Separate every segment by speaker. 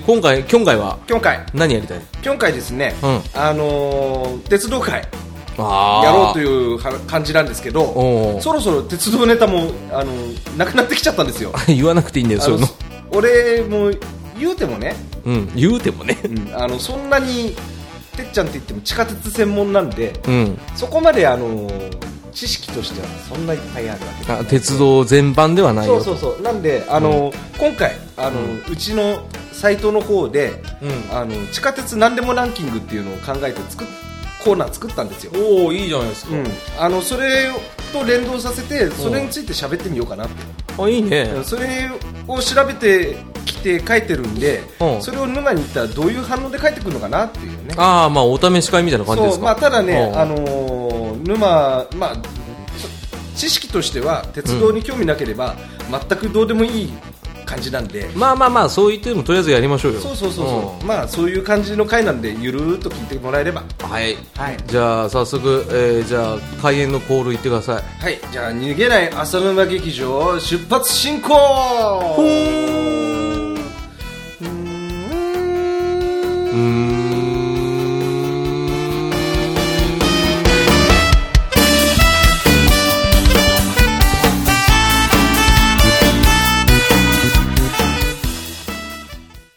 Speaker 1: 今回今回は
Speaker 2: 今回
Speaker 1: 何やりたい
Speaker 2: 今回ですね、
Speaker 1: うん
Speaker 2: あのー鉄道会
Speaker 1: あ
Speaker 2: やろうといううは感じなんですけ
Speaker 1: お
Speaker 2: ど
Speaker 1: う
Speaker 2: そろそろ鉄道ネタも、あのーなくなってきちゃったんですよ
Speaker 1: 言わなくていいんだよ
Speaker 2: あ
Speaker 1: そうい
Speaker 2: の
Speaker 1: うの、
Speaker 2: 俺も言うてもね、
Speaker 1: うん、言うてもね
Speaker 2: あのそんなにてっちゃんって言っても地下鉄専門なんで
Speaker 1: うん
Speaker 2: そこまで、あのー知識としてはそんないっぱいあるわけ
Speaker 1: あ鉄道全般ではない
Speaker 2: そ
Speaker 1: よ
Speaker 2: うそうそうなんで、あのー今回、あのーうちのサイトの方で、
Speaker 1: うん
Speaker 2: あの地下鉄なんでもランキングっていうのを考えて作っコーナー作ったんですよ、
Speaker 1: おおいいじゃないです
Speaker 2: うん、あのそれと連動させてそれについて喋ってみようかなって
Speaker 1: あいいね
Speaker 2: うんそれを調べてきて書いてるんで
Speaker 1: うん
Speaker 2: それを沼に行ったらどういう反応で書いてくるのかなっていうね
Speaker 1: ああまあお試し会みたいな感じで
Speaker 2: そ
Speaker 1: す
Speaker 2: う
Speaker 1: か
Speaker 2: まあただね
Speaker 1: うん
Speaker 2: あのー沼まあ知識としては鉄道に興味なければ全くどうでもいい感じなんで
Speaker 1: まあまあまあそう言ってもとりあえずやりましょうよ
Speaker 2: そうそうそうそううまあそういう感じの回なんでゆるーっと聞いてもらえれば
Speaker 1: んはい
Speaker 2: はい
Speaker 1: じゃあ早速、えーじゃあ開演のコール言ってください
Speaker 2: はい、じゃあ逃げない浅沼劇場出発進行
Speaker 1: うーん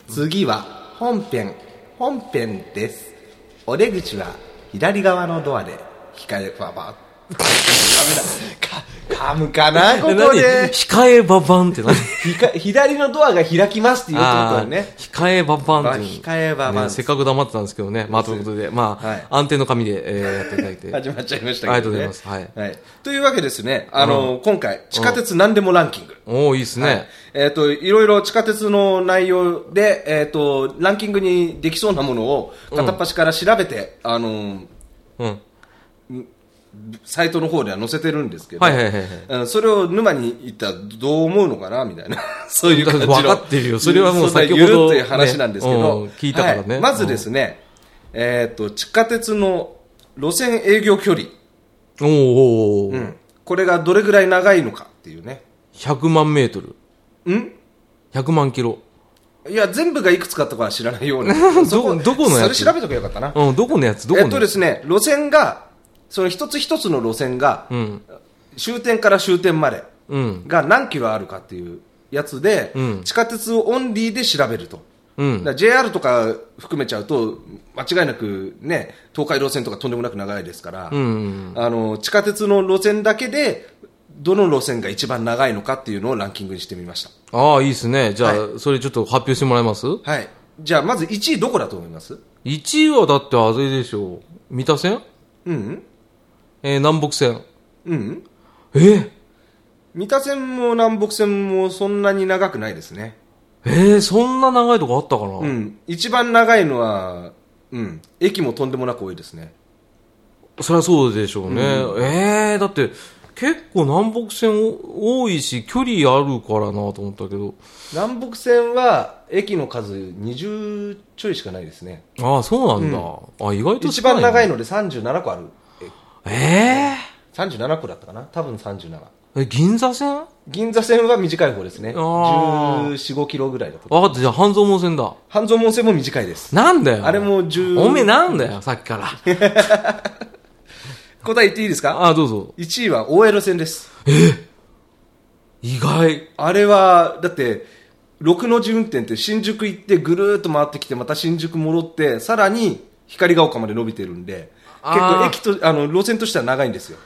Speaker 2: 次は本編本編ですお出口は左側のドアで控えばばダメだか噛むかな ここ
Speaker 1: え
Speaker 2: で
Speaker 1: 何控えババンって何
Speaker 2: ひか左のドアが開きますって言うってこと
Speaker 1: あ
Speaker 2: は
Speaker 1: ー
Speaker 2: ね
Speaker 1: 控えババンっていう
Speaker 2: まあ控えババン
Speaker 1: ねせっかく黙ってたんですけどねまあということでまあ、
Speaker 2: はい
Speaker 1: 安定の紙で、えーやっていただいて
Speaker 2: 始まっちゃいましたけど、ね、
Speaker 1: ありがとうございますはい
Speaker 2: というわけですねあの、今回地下鉄何でもランキング、
Speaker 1: おおいいですね、
Speaker 2: はいえっ、と、いろいろ地下鉄の内容で、えっ、と、ランキングにできそうなものを片っ端から調べて、あのー、
Speaker 1: うん
Speaker 2: サイトの方では載せてるんですけど、
Speaker 1: はいはいはいはい
Speaker 2: うんそれを沼に行ったらどう思うのかなみたいな、 そういう感じの。
Speaker 1: 分かってるよそれはもう先ほど
Speaker 2: そんなゆるっという話なんですけ
Speaker 1: ねう
Speaker 2: ど、
Speaker 1: ん聞いたからね
Speaker 2: はまずですね、えっ、と、地下鉄の路線営業距離、
Speaker 1: おーおーおー、
Speaker 2: うんこれがどれぐらい長いのかっていうね。
Speaker 1: 100万メートル
Speaker 2: ん
Speaker 1: 100万キロ。
Speaker 2: いや、全部がいくつかとかは知らないようなそ こ
Speaker 1: どどこのやつ
Speaker 2: それ調べとけばよかったな。
Speaker 1: うんどこのやつどこの
Speaker 2: えっとですね、路線が、その一つ一つの路線が、
Speaker 1: うん
Speaker 2: 終点から終点まで
Speaker 1: うん
Speaker 2: が何キロあるかっていうやつで、
Speaker 1: うん
Speaker 2: 地下鉄をオンリーで調べると。
Speaker 1: うん
Speaker 2: だから JR とか含めちゃうと、間違いなくね、東海路線とかとんでもなく長いですから、
Speaker 1: うん
Speaker 2: あの、地下鉄の路線だけで、どの路線が一番長いのかっていうのをランキングにしてみました。
Speaker 1: ああ、いいですね。じゃあ、それちょっと発表してもらえます
Speaker 2: はい。じゃあ、まず1位どこだと思います
Speaker 1: ?1 位はだってあれでしょう。三田線
Speaker 2: うん
Speaker 1: えー、南北線。
Speaker 2: うん
Speaker 1: えー、
Speaker 2: 三田線も南北線もそんなに長くないですね。
Speaker 1: えー、そんな長いとこあったかな、
Speaker 2: うん。一番長いのは、うん。駅もとんでもなく多いですね。
Speaker 1: そりゃそうでしょうね。えー、だって、結構南北線多いし、距離あるからなと思ったけど。
Speaker 2: 南北線は、駅の数20ちょいしかないですね。
Speaker 1: ああ、そうなんだ。あ、意外と
Speaker 2: 一番長い
Speaker 1: の。
Speaker 2: ので37個ある。
Speaker 1: え
Speaker 2: え37個だったかな多分37。
Speaker 1: ー、え銀座線
Speaker 2: 銀座線は短い方ですね。
Speaker 1: あー
Speaker 2: 14、5キロぐらいだと。
Speaker 1: 分かった、じゃあ半蔵門線だ。
Speaker 2: 半蔵門線も短いです。
Speaker 1: なんだよ。
Speaker 2: あれも10
Speaker 1: おめえなんだよ、さっきから。
Speaker 2: 答え言っていいですか
Speaker 1: ああ、どうぞ。
Speaker 2: ?1 位は大江戸線です。
Speaker 1: 意外。
Speaker 2: あれは、だって、六の字運転って新宿行ってぐるーっと回ってきて、また新宿戻って、さらに光が丘まで伸びてるんで、
Speaker 1: あー
Speaker 2: 結構駅と、あの、路線としては長いんですよ。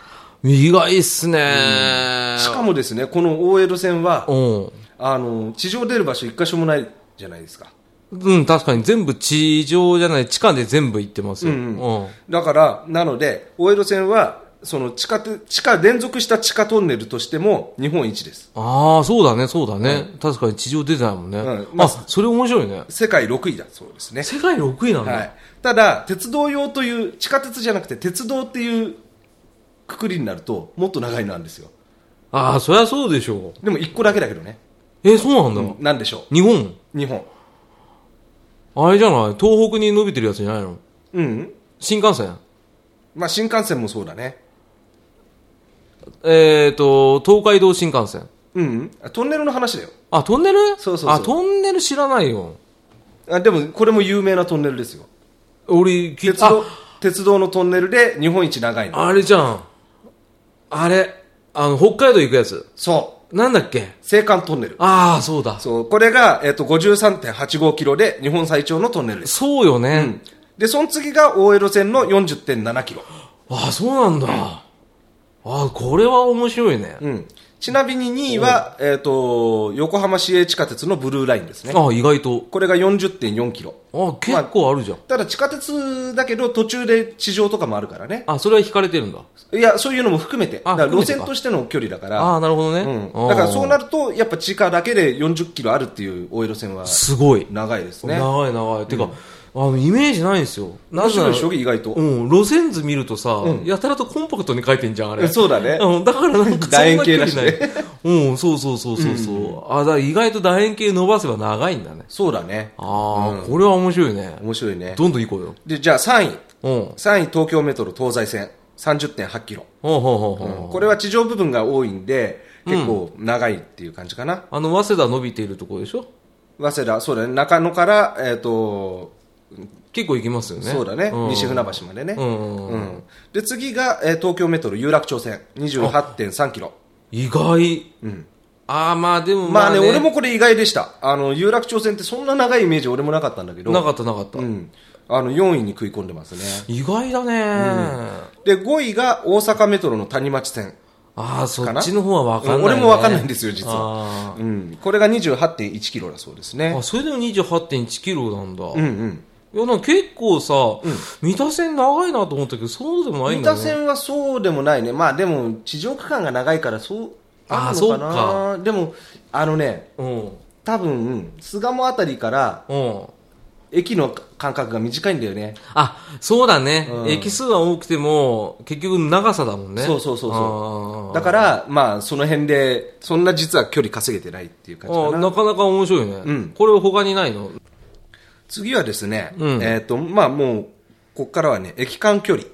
Speaker 1: 意外っすね、
Speaker 2: しかもですね、この大江戸線は、
Speaker 1: うん。
Speaker 2: あの、地上出る場所一箇所もないじゃないですか。
Speaker 1: うん、確かに全部地上じゃない、地下で全部行ってますよ。うん、うん。
Speaker 2: だから、なので、大江戸線は、その地下て、地下、連続した地下トンネルとしても日本一です。
Speaker 1: ああ、そうだね、そうだね、確かに地上出てないもんね。
Speaker 2: うんまあ
Speaker 1: あ、それ面白いね。
Speaker 2: 世界6位だそうですね。
Speaker 1: 世界6位なんだ。
Speaker 2: はい、ただ、鉄道用という、地下鉄じゃなくて、鉄道っていうくくりになると、もっと長いのなんですよ。
Speaker 1: ああ、そりゃそうでしょう。
Speaker 2: でも1個だけだけどね、
Speaker 1: え、そうなんだ。
Speaker 2: なんでしょ
Speaker 1: 日本
Speaker 2: う、日本。
Speaker 1: あれじゃない東北に伸びてるやつじゃないの
Speaker 2: うん、
Speaker 1: 新幹線
Speaker 2: まあ、新幹線もそうだね、
Speaker 1: えっ、と、東海道新幹線。
Speaker 2: うん、あトンネルの話だよ、
Speaker 1: あ、トンネル
Speaker 2: そうそうそう
Speaker 1: あ、トンネル知らないよ。
Speaker 2: あでもこれも有名なトンネルですよ
Speaker 1: 俺、き
Speaker 2: 鉄道鉄道のトンネルで日本一長いの
Speaker 1: あ、あれじゃん。あれ、あの、北海道行くやつ。
Speaker 2: そう
Speaker 1: なんだっけ
Speaker 2: 青函トンネル
Speaker 1: ああ、そうだ。
Speaker 2: そうこれが、えっと53.85キロで日本最長のトンネルです、
Speaker 1: そうよ
Speaker 2: う
Speaker 1: ね
Speaker 2: ん。、でその次が大江戸線の40.7キロ、
Speaker 1: ああ、そうなんだ。ああ、これは面白いね。
Speaker 2: うん、ちなみに2位は、えっと横浜市営地下鉄のブルーラインですね
Speaker 1: ああ、意外と。
Speaker 2: これが40.4キロ
Speaker 1: ああ、結構あるじゃん。
Speaker 2: ただ地下鉄だけど途中で地上とかもあるからね
Speaker 1: あ、それは引かれてるんだ。
Speaker 2: いやそういうのも含めてだ
Speaker 1: あ
Speaker 2: から路
Speaker 1: 含めて
Speaker 2: 線
Speaker 1: か
Speaker 2: としての距離だから
Speaker 1: ああ、なるほどね。
Speaker 2: うん、だからそうな
Speaker 1: る。
Speaker 2: ると、やっぱ地下だけで40キロあるっていう大江戸線は
Speaker 1: すごい。
Speaker 2: 長いですね。
Speaker 1: 長い長い。てか、あの、イメージないんですよ。な
Speaker 2: 面
Speaker 1: ぜな
Speaker 2: 白い
Speaker 1: ら
Speaker 2: でしょ、意外と。
Speaker 1: うん、路線図見るとさ、やたらとコンパクトに書いてんじゃん、あれ。
Speaker 2: そうだね。
Speaker 1: うん、だからなんか
Speaker 2: 楕円形
Speaker 1: そんな
Speaker 2: だ
Speaker 1: 距
Speaker 2: し
Speaker 1: 離
Speaker 2: ね
Speaker 1: ない。うん、そうそうそうそうそう。あ、だから意外と楕円形伸ばせば長いんだね。
Speaker 2: そうだね。
Speaker 1: ああ、これは面白いね。
Speaker 2: 面白いね。
Speaker 1: どんどん行こうよ。
Speaker 2: で、じゃあ3位。
Speaker 1: うん。
Speaker 2: 3位、東京メトロ東西線。30.8キロ。
Speaker 1: ほうほうほうほう
Speaker 2: これは地上部分が多いんで、結構長いっていう感じかな。
Speaker 1: あの、早稲田伸びているところでしょ
Speaker 2: 早稲田、そうだね。中野から、えっ、と、
Speaker 1: 結構行きますよね。
Speaker 2: そうだね。
Speaker 1: ん
Speaker 2: 西船橋までね。
Speaker 1: うんうんうん
Speaker 2: うんで、次が、えー東京メトロ有楽町線。28.3キロ。
Speaker 1: 意外。ああ、まあでも
Speaker 2: まあね、
Speaker 1: ね
Speaker 2: 俺もこれ意外でした。あの、有楽町線ってそんな長いイメージ俺もなかったんだけど、
Speaker 1: なかったなかった
Speaker 2: う。ん。あの、4位に食い込んでますね。
Speaker 1: 意外だね。
Speaker 2: で、5位が大阪メトロの谷町線。
Speaker 1: ああ、そ
Speaker 2: か
Speaker 1: っ
Speaker 2: な
Speaker 1: ちの方は分かんない、ね。
Speaker 2: 俺も分かんないんですよ実
Speaker 1: は。
Speaker 2: うん。これが28.1キロだそうですね
Speaker 1: あ、。それでも28.1キロなんだ。
Speaker 2: う
Speaker 1: い
Speaker 2: んうん。
Speaker 1: や、なんか結構さ、三田線長いなと思ったけど、そうでもないん
Speaker 2: 三
Speaker 1: だ
Speaker 2: 田
Speaker 1: ね。
Speaker 2: 線はそうでもないね。まあでも、地上区間が長いからそう、
Speaker 1: あー
Speaker 2: るのなでも、あのね、
Speaker 1: うん。
Speaker 2: 多分、巣鴨あたりから
Speaker 1: うん。
Speaker 2: 駅の間隔が短いんだよね。
Speaker 1: あ、そうだね。
Speaker 2: うん
Speaker 1: 駅数は多くても、結局長さだもんね。
Speaker 2: そうそうそうそう。
Speaker 1: あ
Speaker 2: だから、まあ、その辺で、そんな実は距離稼げてないっていう感じ
Speaker 1: ー
Speaker 2: か
Speaker 1: あー
Speaker 2: な。
Speaker 1: なかなか面白いね。
Speaker 2: うん
Speaker 1: これ他にないの
Speaker 2: 次はですね、
Speaker 1: うん
Speaker 2: えっ、と、まあもう、こっからはね、駅間距離。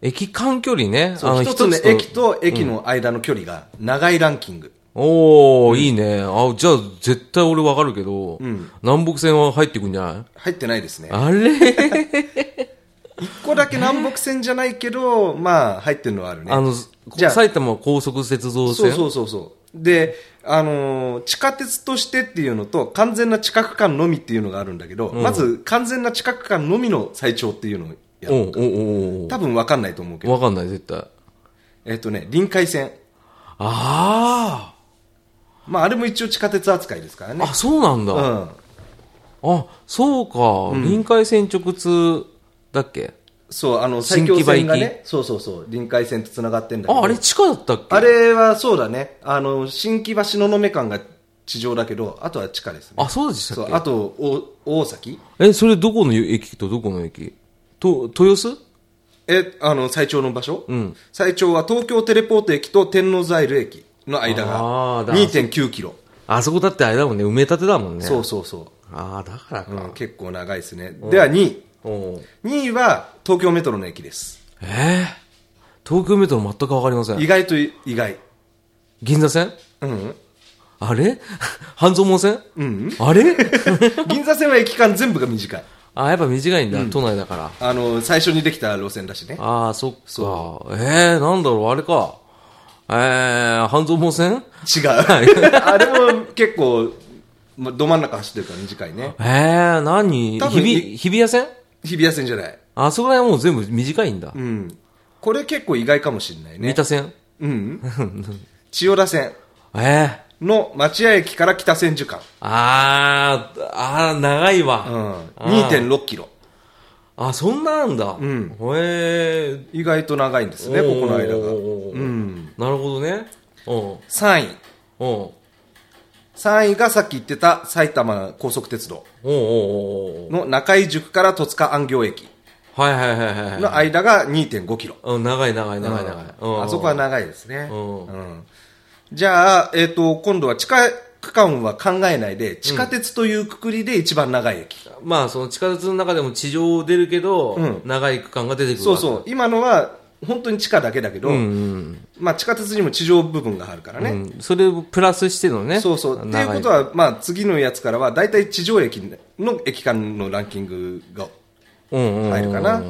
Speaker 1: 駅間距離ね。
Speaker 2: そう、一つね、駅。と駅の間の距離が長いランキング。
Speaker 1: おー、いいね。あ、じゃあ絶対俺わかるけど、南北線は入ってくんじゃない
Speaker 2: 入ってないですね。
Speaker 1: あれ
Speaker 2: 一個だけ南北線じゃないけど、まあ、入ってるのはあるね。
Speaker 1: あの、
Speaker 2: じゃあ
Speaker 1: 埼玉高速鉄道
Speaker 2: そう
Speaker 1: 線
Speaker 2: そうそうそう。で、あのー地下鉄としてっていうのと、完全な地下区間のみっていうのがあるんだけど、まず、完全な地下区間のみの最長っていうのをやる。
Speaker 1: おうおうおう
Speaker 2: 多分わかんないと思うけ
Speaker 1: おう
Speaker 2: ど。
Speaker 1: わかんない、絶対。
Speaker 2: えっ、とね、臨海線。
Speaker 1: あ
Speaker 2: まあ、あれも一応地下鉄扱いですから
Speaker 1: あ、
Speaker 2: ね
Speaker 1: あ、。そうなんだ。
Speaker 2: うん。
Speaker 1: あ、そうか。臨海線直通だっけ、
Speaker 2: そう、あの、最強線が
Speaker 1: 新木場
Speaker 2: ね、そうそうそう、臨海線と繋がってんだけど。
Speaker 1: あ、あれ地下だったっけ
Speaker 2: あれはそうだね。あの、新木場東雲間が地上だけど、あとは地下ですね。
Speaker 1: あ、そうでした
Speaker 2: そ
Speaker 1: っ
Speaker 2: う、
Speaker 1: け
Speaker 2: あと、お大崎
Speaker 1: え、それどこの駅とどこの駅と、豊洲
Speaker 2: え、あの、最長の場所最長は東京テレポート駅と天王洲アイル駅の間
Speaker 1: あ
Speaker 2: が
Speaker 1: ーだ
Speaker 2: 2.9キロ。
Speaker 1: あそこだってあれだもんね、埋め立てだもんね。
Speaker 2: そうそうそ
Speaker 1: ああ、だから
Speaker 2: う。うん
Speaker 1: か。
Speaker 2: 結構長いですね。では2位。
Speaker 1: おう
Speaker 2: 2位は東京メトロの駅です。
Speaker 1: えー、東京メトロ全くわかりません
Speaker 2: 意。外と意外。
Speaker 1: 銀座線
Speaker 2: うんうん。
Speaker 1: あれ 半蔵門線
Speaker 2: うん
Speaker 1: あれ
Speaker 2: 銀座線は駅間全部が短い。
Speaker 1: あ、やっぱ短いんだ、都内だから。
Speaker 2: あの、最初にできた路線だしね。
Speaker 1: ああ、そっか。えー、なんだろう、あれか。えー、半蔵門線
Speaker 2: 違う。 あれも結構、ま、ど真ん中走ってるから短いね。
Speaker 1: えー、何
Speaker 2: 多
Speaker 1: 日
Speaker 2: 分
Speaker 1: 比、日比谷線
Speaker 2: 日比谷線じゃない。
Speaker 1: あそこら辺もう全部短いんだ。
Speaker 2: うん。これ結構意外かもしれない
Speaker 1: 三
Speaker 2: ね。
Speaker 1: 田線
Speaker 2: うん。千代田線
Speaker 1: えー、
Speaker 2: の町屋駅から北千住間。
Speaker 1: あー、あー、長いわ。
Speaker 2: うん。2.6キロ。
Speaker 1: あ、そんななんだ。うん。へえ。
Speaker 2: 意外と長いんですね、ここの間が。
Speaker 1: うん。なるほどね。うん。
Speaker 2: 3位。
Speaker 1: うん。うん
Speaker 2: 3位がさっき言ってた埼玉高速鉄道
Speaker 1: うんうんうん。
Speaker 2: の中井宿から戸塚安行駅
Speaker 1: はいはいはいはいはい。
Speaker 2: の間が2.5キロ。
Speaker 1: うん、長い長い長い長い。うん。
Speaker 2: あそこは長いですね。
Speaker 1: うん
Speaker 2: うんじゃあ、えっ、と、今度は地下区間は考えないで、地下鉄というくくりで一番長い駅。
Speaker 1: まあ、その地下鉄の中でも地上を出るけど、長い区間が出てくる
Speaker 2: そう
Speaker 1: う。
Speaker 2: そう。今のは本当に地下だけだけど、まあ、地下鉄にも地上部分があるからね、
Speaker 1: うんそれをプラスしてのね。
Speaker 2: そうそう。っていうこと
Speaker 1: は。
Speaker 2: は、まあ、次のやつからは、大体地上駅の駅間のランキングが
Speaker 1: うんうんうん
Speaker 2: 入るかな。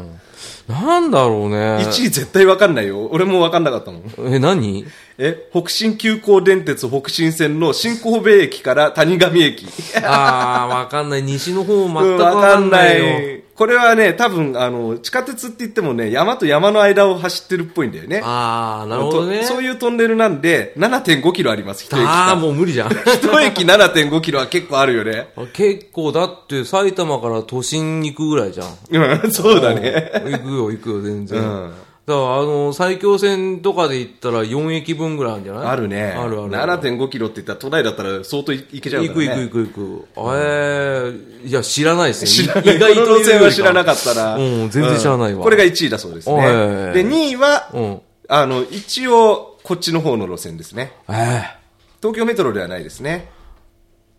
Speaker 1: なんだろうね。
Speaker 2: 1位絶対分かんないよ。俺も分かんなかったもん。
Speaker 1: え、何
Speaker 2: え、北新急行電鉄北新線の新神戸駅から谷上駅。
Speaker 1: ああ、わかんない。西の方全く
Speaker 2: うん
Speaker 1: わかんないよ。。
Speaker 2: これはね、多分、あの、地下鉄って言ってもね、山と山の間を走ってるっぽいんだよね。
Speaker 1: ああ、なるほどね。
Speaker 2: とそういうトンネルなんで、7.5キロあります、一駅
Speaker 1: ああ、
Speaker 2: 間。
Speaker 1: もう無理じゃん。
Speaker 2: 一駅7.5キロは結構あるよね。
Speaker 1: 結構だって埼玉から都心に行くぐらいじゃん。
Speaker 2: うん、そうだね。
Speaker 1: 行くよ、行くよ、全然。
Speaker 2: うん
Speaker 1: だから、あの、埼京線とかで行ったら4駅分ぐらいあるんじゃない
Speaker 2: あるね。
Speaker 1: あるある。
Speaker 2: 7.5キロって言ったら、都内だったら相当いけちゃうか
Speaker 1: 行
Speaker 2: らね。
Speaker 1: く行く行く行く。ええいや、知らないですね。
Speaker 2: 知らない。
Speaker 1: 意外と
Speaker 2: この路線は知らな
Speaker 1: かっ
Speaker 2: かったな。
Speaker 1: うん全然知らないわ
Speaker 2: これが1位だそうですね
Speaker 1: はいはいはいは。い
Speaker 2: で、2位は、
Speaker 1: うん
Speaker 2: あの、一応、こっちの方の路線ですね。
Speaker 1: た。ええ
Speaker 2: 東京メトロではないですね。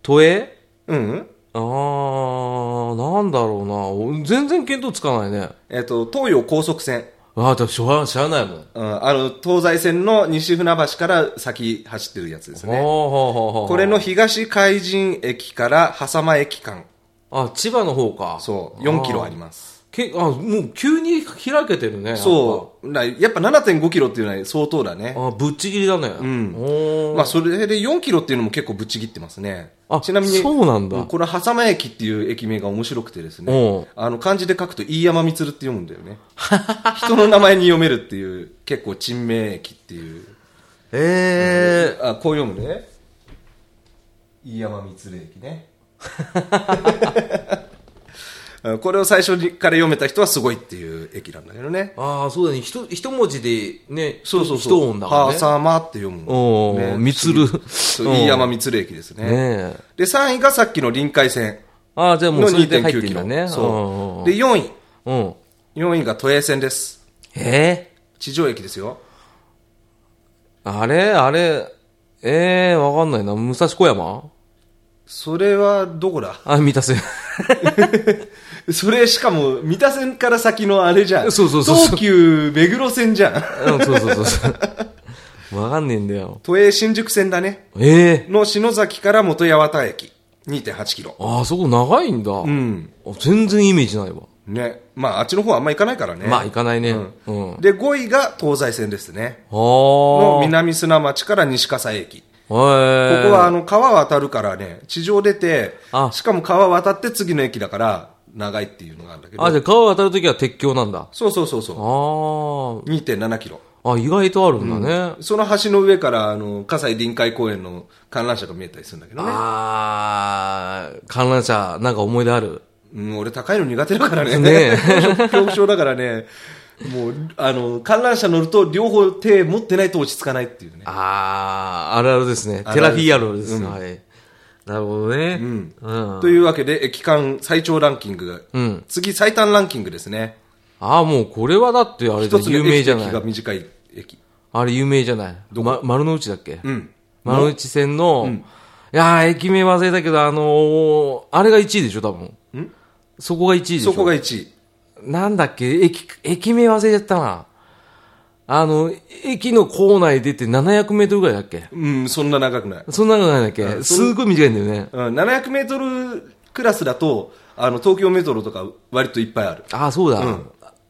Speaker 1: 都営
Speaker 2: うんうん。
Speaker 1: ああ、なんだろうなお。全然見当つかないね。
Speaker 2: えっ、と、東洋高速線。
Speaker 1: ああ、だ知ら知らないもん。
Speaker 2: うん、あの、東西線の西船橋から先走ってるやつです
Speaker 1: ああ、
Speaker 2: ね。
Speaker 1: こ
Speaker 2: これ。の東海神駅から狭間駅間。
Speaker 1: あ、千葉の方か。
Speaker 2: そう、4キロあります。
Speaker 1: けあ、もう急に開けてるね。
Speaker 2: そう。なやっぱ7.5キロっていうのは相当だね
Speaker 1: う。あ、ぶっちぎりだね。うん。おー
Speaker 2: まあ、それで4キロっていうのも結構ぶっちぎってますね。
Speaker 1: あ
Speaker 2: ちなみに、
Speaker 1: そうなんだ
Speaker 2: これ、狭間駅っていう駅名が面白くてです
Speaker 1: おう
Speaker 2: ね、あの、漢字で書くと、飯山光って読むんだよね。 人の名前に読めるっていう、結構、珍名駅っていう。
Speaker 1: え
Speaker 2: あ、こう読むね。飯山光駅 ね。あこれを最初にから読めた人はすごいっていう駅なんだけどね。
Speaker 1: ー、ああ、そうだね。ひと一文字でね、
Speaker 2: そうそう
Speaker 1: ひと
Speaker 2: そう。
Speaker 1: 音だからね。
Speaker 2: 狭間って読む
Speaker 1: お
Speaker 2: の。
Speaker 1: ー、みつる。
Speaker 2: そう飯山光駅ですね。
Speaker 1: ねえ。
Speaker 2: で、3位がさっきの臨海線
Speaker 1: ああ、じゃあも
Speaker 2: の
Speaker 1: うそれで入って
Speaker 2: 2.9
Speaker 1: ん
Speaker 2: キ
Speaker 1: だ
Speaker 2: ロ。
Speaker 1: ね。
Speaker 2: そう。
Speaker 1: で
Speaker 2: で、、4位。
Speaker 1: うん。
Speaker 2: 4位が都営線です。
Speaker 1: え
Speaker 2: 地上駅ですよ。
Speaker 1: ー、あれあれええー、わかんないな。武蔵小山
Speaker 2: それはどこだ
Speaker 1: あ、満たせ。
Speaker 2: それしかも、三田線から先のあれじゃん。
Speaker 1: そうそうそうそう
Speaker 2: 東急目黒線じゃん。
Speaker 1: う ん、そうそうそうそう。 わかんねえんだよ。
Speaker 2: 都営新宿線だね。
Speaker 1: ええ
Speaker 2: の篠崎から元八幡駅。2.8キロ。
Speaker 1: ああそこ長いんだ。う
Speaker 2: う。ん。
Speaker 1: 全然イメージないわ。
Speaker 2: ね。まあ、あっちの方はあんま行かないからね。
Speaker 1: まあ、行かないね。うん。
Speaker 2: うん
Speaker 1: あ
Speaker 2: で、5位が東西線ですね。
Speaker 1: あ。
Speaker 2: の
Speaker 1: の
Speaker 2: 南砂町から西笠駅。
Speaker 1: ここは
Speaker 2: ここはあの川渡るからね、地上出て
Speaker 1: あ、
Speaker 2: しかも川渡って次の駅だから、長いっていうのがあるんだけ
Speaker 1: あ、
Speaker 2: ど。
Speaker 1: じゃあ川渡るときは鉄橋なんだ。
Speaker 2: そうそうそうそ
Speaker 1: あ
Speaker 2: う。2.7キロ。
Speaker 1: あ。あ、意外とあるんだね。
Speaker 2: その橋の上から、あの、葛西臨海公園の観覧車が見えたりするんだけどね。
Speaker 1: ああ、観覧車、なんか思い出ある。
Speaker 2: うん、俺高いの苦手だからね。
Speaker 1: ね
Speaker 2: 恐怖症だからね。もう、あの、観覧車乗ると両方手持ってないと落ち着かないっていうね。
Speaker 1: ああ、あるあるですね。
Speaker 2: あ
Speaker 1: テ
Speaker 2: るあ
Speaker 1: ラ
Speaker 2: る。
Speaker 1: フィーあるあるですね。はい。なるほどね。うんうん。
Speaker 2: というわけで、駅間最長ランキング。
Speaker 1: うん
Speaker 2: 次、最短ランキングですね。
Speaker 1: ああ、もうこれはだってあれだ
Speaker 2: 一つの
Speaker 1: 有名
Speaker 2: 駅
Speaker 1: じゃ
Speaker 2: 駅
Speaker 1: な
Speaker 2: が
Speaker 1: い。
Speaker 2: 短い駅。
Speaker 1: あれ有名じゃない。ま、丸の内だっけ
Speaker 2: うん。
Speaker 1: 丸の内線の、いやー、駅名忘れたけど、あのー、あれが1位でしょ、多分。んそこが1位でしょ。
Speaker 2: そこが1位。
Speaker 1: なんだっけ、駅、駅名忘れちゃったな。あの、駅の構内出て700メートルぐらいだっけ
Speaker 2: うん、そんな長くない。
Speaker 1: そんなのないんだっけすごい短いんだよね。
Speaker 2: うん、700メートルクラスだと、あの、東京メトロとか割といっぱいある。
Speaker 1: あ、そうだ、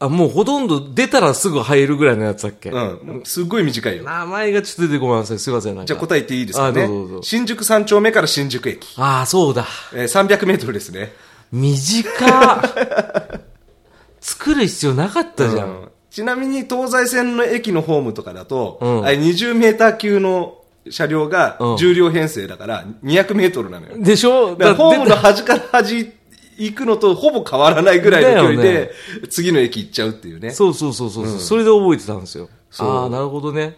Speaker 1: あ、もうほとんど出たらすぐ入るぐらいのやつだっけ、
Speaker 2: うん、すっごい短いよ。
Speaker 1: 名前がちょっと出てごめんなさい。すいません。なんか
Speaker 2: じゃあ答えていいですかね
Speaker 1: あどうぞどう。ぞ
Speaker 2: 新宿三丁目から新宿駅。
Speaker 1: ああ、そうだ。
Speaker 2: えー、300メートルですね。
Speaker 1: 短っ作る必要なかったじゃん。
Speaker 2: うんちなみに東西線の駅のホームとかだと、
Speaker 1: うん
Speaker 2: あれ20メーター級の車両が
Speaker 1: うん
Speaker 2: 重量編成だから200メートルなのよ。
Speaker 1: でしょ
Speaker 2: だからホーム
Speaker 1: 出た
Speaker 2: の端から端行くのとほぼ変わらないぐらいの距離
Speaker 1: だよ
Speaker 2: で、次の駅行っちゃうっていうね。
Speaker 1: そうそうそうそう、それで覚えてたんですよ。ああ、なるほどね。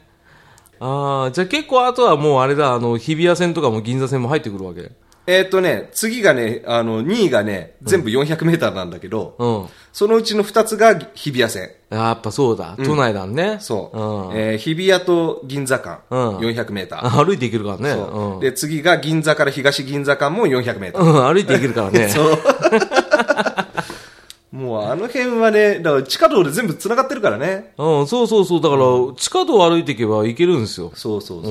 Speaker 1: ああ、じゃあ結構あとはもうあれだ、あの、日比谷線とかも銀座線も入ってくるわけ。
Speaker 2: えーっ、とね、次がね、あの、2位がね、全部400メーターなんだけど、
Speaker 1: うん。
Speaker 2: そのうちの2つが日比谷線。
Speaker 1: やっぱそうだ、都内だね。
Speaker 2: そ
Speaker 1: う
Speaker 2: う。
Speaker 1: ん。
Speaker 2: えー日比谷と銀座間、
Speaker 1: うん
Speaker 2: 400メーター。
Speaker 1: 歩いていけるからね。
Speaker 2: そう
Speaker 1: うん。
Speaker 2: で、次が銀座から東銀座間も400メーター。
Speaker 1: うん、歩いていけるからね。
Speaker 2: そう。ももうあの辺はね、だから地下道で全部繋がってるからね。
Speaker 1: うん、そうそうそう。だから、地下道を歩いていけば行けるんですよ。
Speaker 2: そうそう
Speaker 1: う
Speaker 2: そ